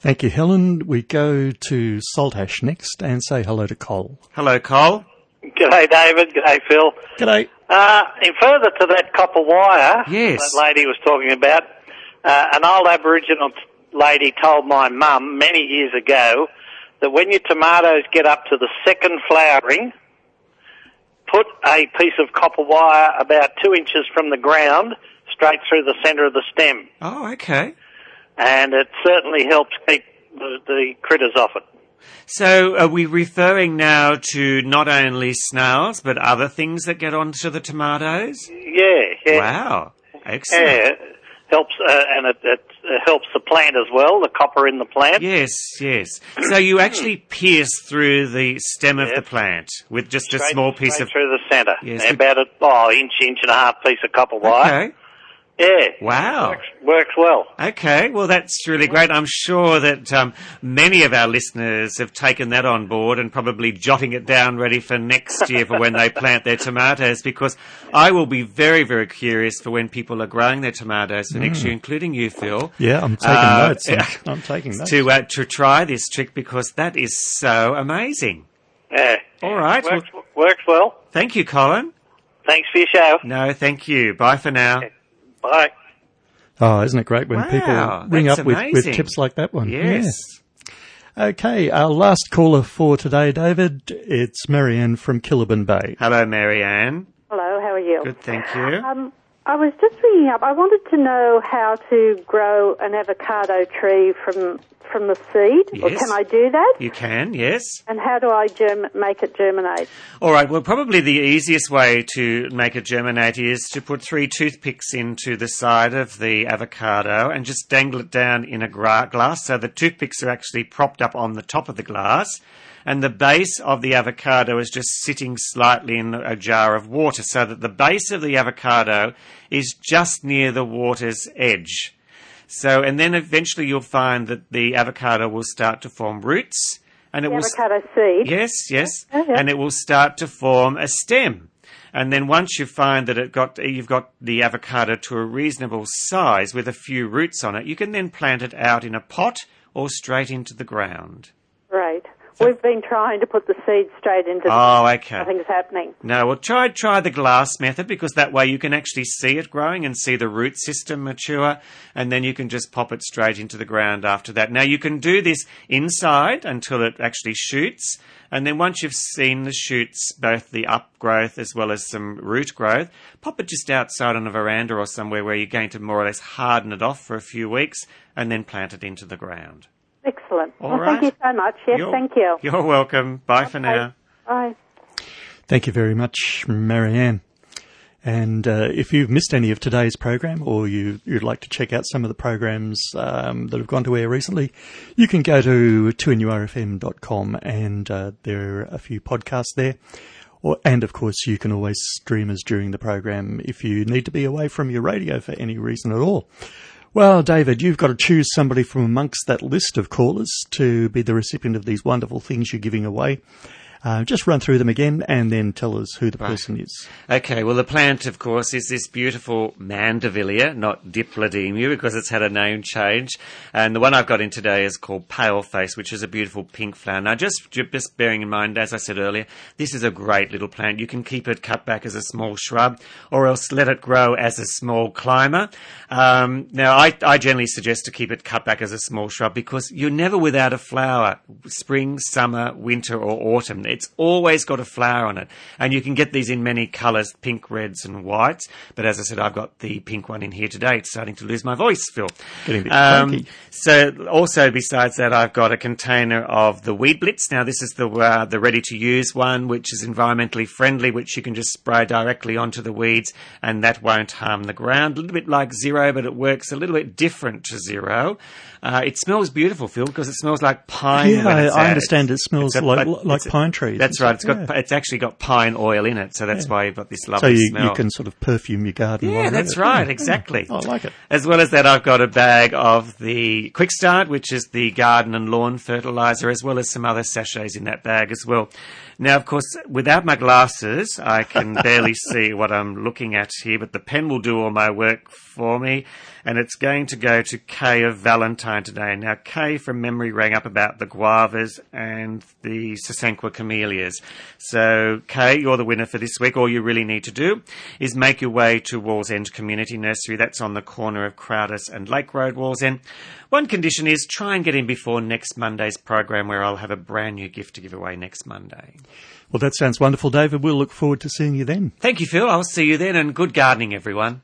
Speaker 1: Thank you, Helen. We go to Saltash next and say hello to Cole.
Speaker 2: Hello, Cole.
Speaker 20: G'day, David. G'day, Phil.
Speaker 1: G'day.
Speaker 20: Uh, in further to that copper wire
Speaker 1: Yes.
Speaker 20: that lady was talking about, uh, an old Aboriginal t- lady told my mum many years ago that when your tomatoes get up to the second flowering, put a piece of copper wire about two inches from the ground straight through the centre of the stem.
Speaker 2: Oh, okay.
Speaker 20: And it certainly helps keep the, the critters off it.
Speaker 2: So are we referring now to not only snails but other things that get onto the tomatoes?
Speaker 20: Yeah, yeah.
Speaker 2: Wow. Excellent.
Speaker 20: Yeah, helps uh, and it, it uh, helps the plant as well, the copper in the plant.
Speaker 2: Yes, yes. So you actually pierce through the stem of the plant with just a
Speaker 20: Straight-
Speaker 2: small piece
Speaker 20: straight
Speaker 2: of
Speaker 20: through the centre.
Speaker 2: Yes, we-
Speaker 20: about a oh inch, inch and a half piece of copper wire.
Speaker 2: Okay. Oh.
Speaker 20: Yeah.
Speaker 2: Wow.
Speaker 20: Works, works well.
Speaker 2: Okay, well, that's really great. I'm sure that um, many of our listeners have taken that on board and probably jotting it down ready for next year for when they plant their tomatoes because I will be very, very curious for when people are growing their tomatoes for next
Speaker 1: Mm.
Speaker 2: year, including you, Phil.
Speaker 1: Yeah, I'm taking
Speaker 2: Uh,
Speaker 1: notes. I'm, I'm taking notes.
Speaker 2: To, uh, to try this trick because that is so amazing.
Speaker 20: Yeah.
Speaker 2: All right.
Speaker 20: Works, works well.
Speaker 2: Thank you, Colin.
Speaker 20: Thanks for your show.
Speaker 2: No, thank you. Bye for now.
Speaker 20: Bye.
Speaker 1: Oh, isn't it great when
Speaker 2: Wow,
Speaker 1: people ring
Speaker 2: that's
Speaker 1: up with, with
Speaker 2: amazing.
Speaker 1: tips like that one?
Speaker 2: Yes.
Speaker 1: Yeah. Okay, our last caller for today, David. It's Marianne from Kilburn Bay.
Speaker 2: Hello, Marianne.
Speaker 22: Hello, how are you?
Speaker 2: Good, thank you.
Speaker 22: Um, I was just ringing up. I wanted to know how to grow an avocado tree from from the seed, or
Speaker 2: Yes.
Speaker 22: can I do that?
Speaker 2: You can, yes.
Speaker 22: And how do I germ- make it germinate?
Speaker 2: All right. Well, probably the easiest way to make it germinate is to put three toothpicks into the side of the avocado and just dangle it down in a gra- glass. So the toothpicks are actually propped up on the top of the glass, and the base of the avocado is just sitting slightly in a jar of water, so that the base of the avocado is just near the water's edge. So, and then eventually you'll find that the avocado will start to form roots, and it
Speaker 22: the
Speaker 2: will. s-
Speaker 22: avocado seed.
Speaker 2: Yes, yes,
Speaker 22: Okay.
Speaker 2: and it will start to form a stem. And then once you find that it got you've got the avocado to a reasonable size with a few roots on it, you can then plant it out in a pot or straight into the ground.
Speaker 22: Great. We've been trying to put the seed straight into.
Speaker 2: Oh,
Speaker 22: the
Speaker 2: okay.
Speaker 22: Nothing's happening.
Speaker 2: No, well try try the glass method because that way you can actually see it growing and see the root system mature and then you can just pop it straight into the ground after that. Now you can do this inside until it actually shoots and then once you've seen the shoots, both the upgrowth as well as some root growth, pop it just outside on a veranda or somewhere where you're going to more or less harden it off for a few weeks and then plant it into the ground.
Speaker 22: Excellent.
Speaker 2: All
Speaker 22: well,
Speaker 2: right.
Speaker 22: thank you so much. Yes,
Speaker 2: You're-
Speaker 22: thank you.
Speaker 2: You're welcome. Bye for now.
Speaker 22: Bye.
Speaker 1: Thank you very much, Marianne. And uh, if you've missed any of today's program or you, you'd like to check out some of the programs um, that have gone to air recently, you can go to 2nurfm.com and uh, there are a few podcasts there. Or, and of course, you can always stream us during the program if you need to be away from your radio for any reason at all. Well, David, you've got to choose somebody from amongst that list of callers to be the recipient of these wonderful things you're giving away. Uh, just run through them again and then tell us who the person is.
Speaker 2: Okay, well, the plant, of course, is this beautiful Mandevilla, not Diplodemia, because it's had a name change. And the one I've got in today is called Pale Face, which is a beautiful pink flower. Now, just, ju- just bearing in mind, as I said earlier, this is a great little plant. You can keep it cut back as a small shrub, or else let it grow as a small climber. Um, now, I, I generally suggest to keep it cut back as a small shrub because you're never without a flower, spring, summer, winter, or autumn. It's always got a flower on it. And you can get these in many colours pink, reds, and whites. But as I said, I've got the pink one in here today. It's starting to lose my voice, Phil. Um,
Speaker 1: Getting a bit clunky.
Speaker 2: so, also besides that, I've got a container of the Weed Blitz. Now, this is the uh, the ready to use one, which is environmentally friendly, which you can just spray directly onto the weeds, and that won't harm the ground. A little bit like Zero, but it works a little bit different to Zero. Uh, it smells beautiful, Phil, because it smells like pine.
Speaker 1: Yeah,
Speaker 2: when it's
Speaker 1: I
Speaker 2: out.
Speaker 1: understand it smells like-
Speaker 2: but
Speaker 1: like
Speaker 2: it's a-
Speaker 1: pine trees.
Speaker 2: That's
Speaker 1: It's
Speaker 2: right.
Speaker 1: like-
Speaker 2: It's got
Speaker 1: yeah.
Speaker 2: it's actually got pine oil in it, so that's
Speaker 1: Yeah.
Speaker 2: why you've got this
Speaker 1: so
Speaker 2: lovely
Speaker 1: you,
Speaker 2: smell.
Speaker 1: you can sort of perfume your garden.
Speaker 2: Yeah,
Speaker 1: while you're
Speaker 2: that's
Speaker 1: at it.
Speaker 2: right,
Speaker 1: Mm,
Speaker 2: exactly.
Speaker 1: mm. I like it.
Speaker 2: As well as that, I've got a bag of the Quick Start, which is the garden and lawn fertilizer, as well as some other sachets in that bag as well. Now, of course, without my glasses, I can barely see what I'm looking at here, but the pen will do all my work for me. And it's going to go to Kay of Valentine today. Now, Kay from memory rang up about the guavas and the Sasanqua camellias. So, Kay, you're the winner for this week. All you really need to do is make your way to Walls End Community Nursery. That's on the corner of Crowders and Lake Road, Walls End. One condition is try and get in before next Monday's program, where I'll have a brand new gift to give away next Monday.
Speaker 1: Well, that sounds wonderful, David. We'll look forward to seeing you then.
Speaker 2: Thank you, Phil. I'll see you then, and good gardening, everyone.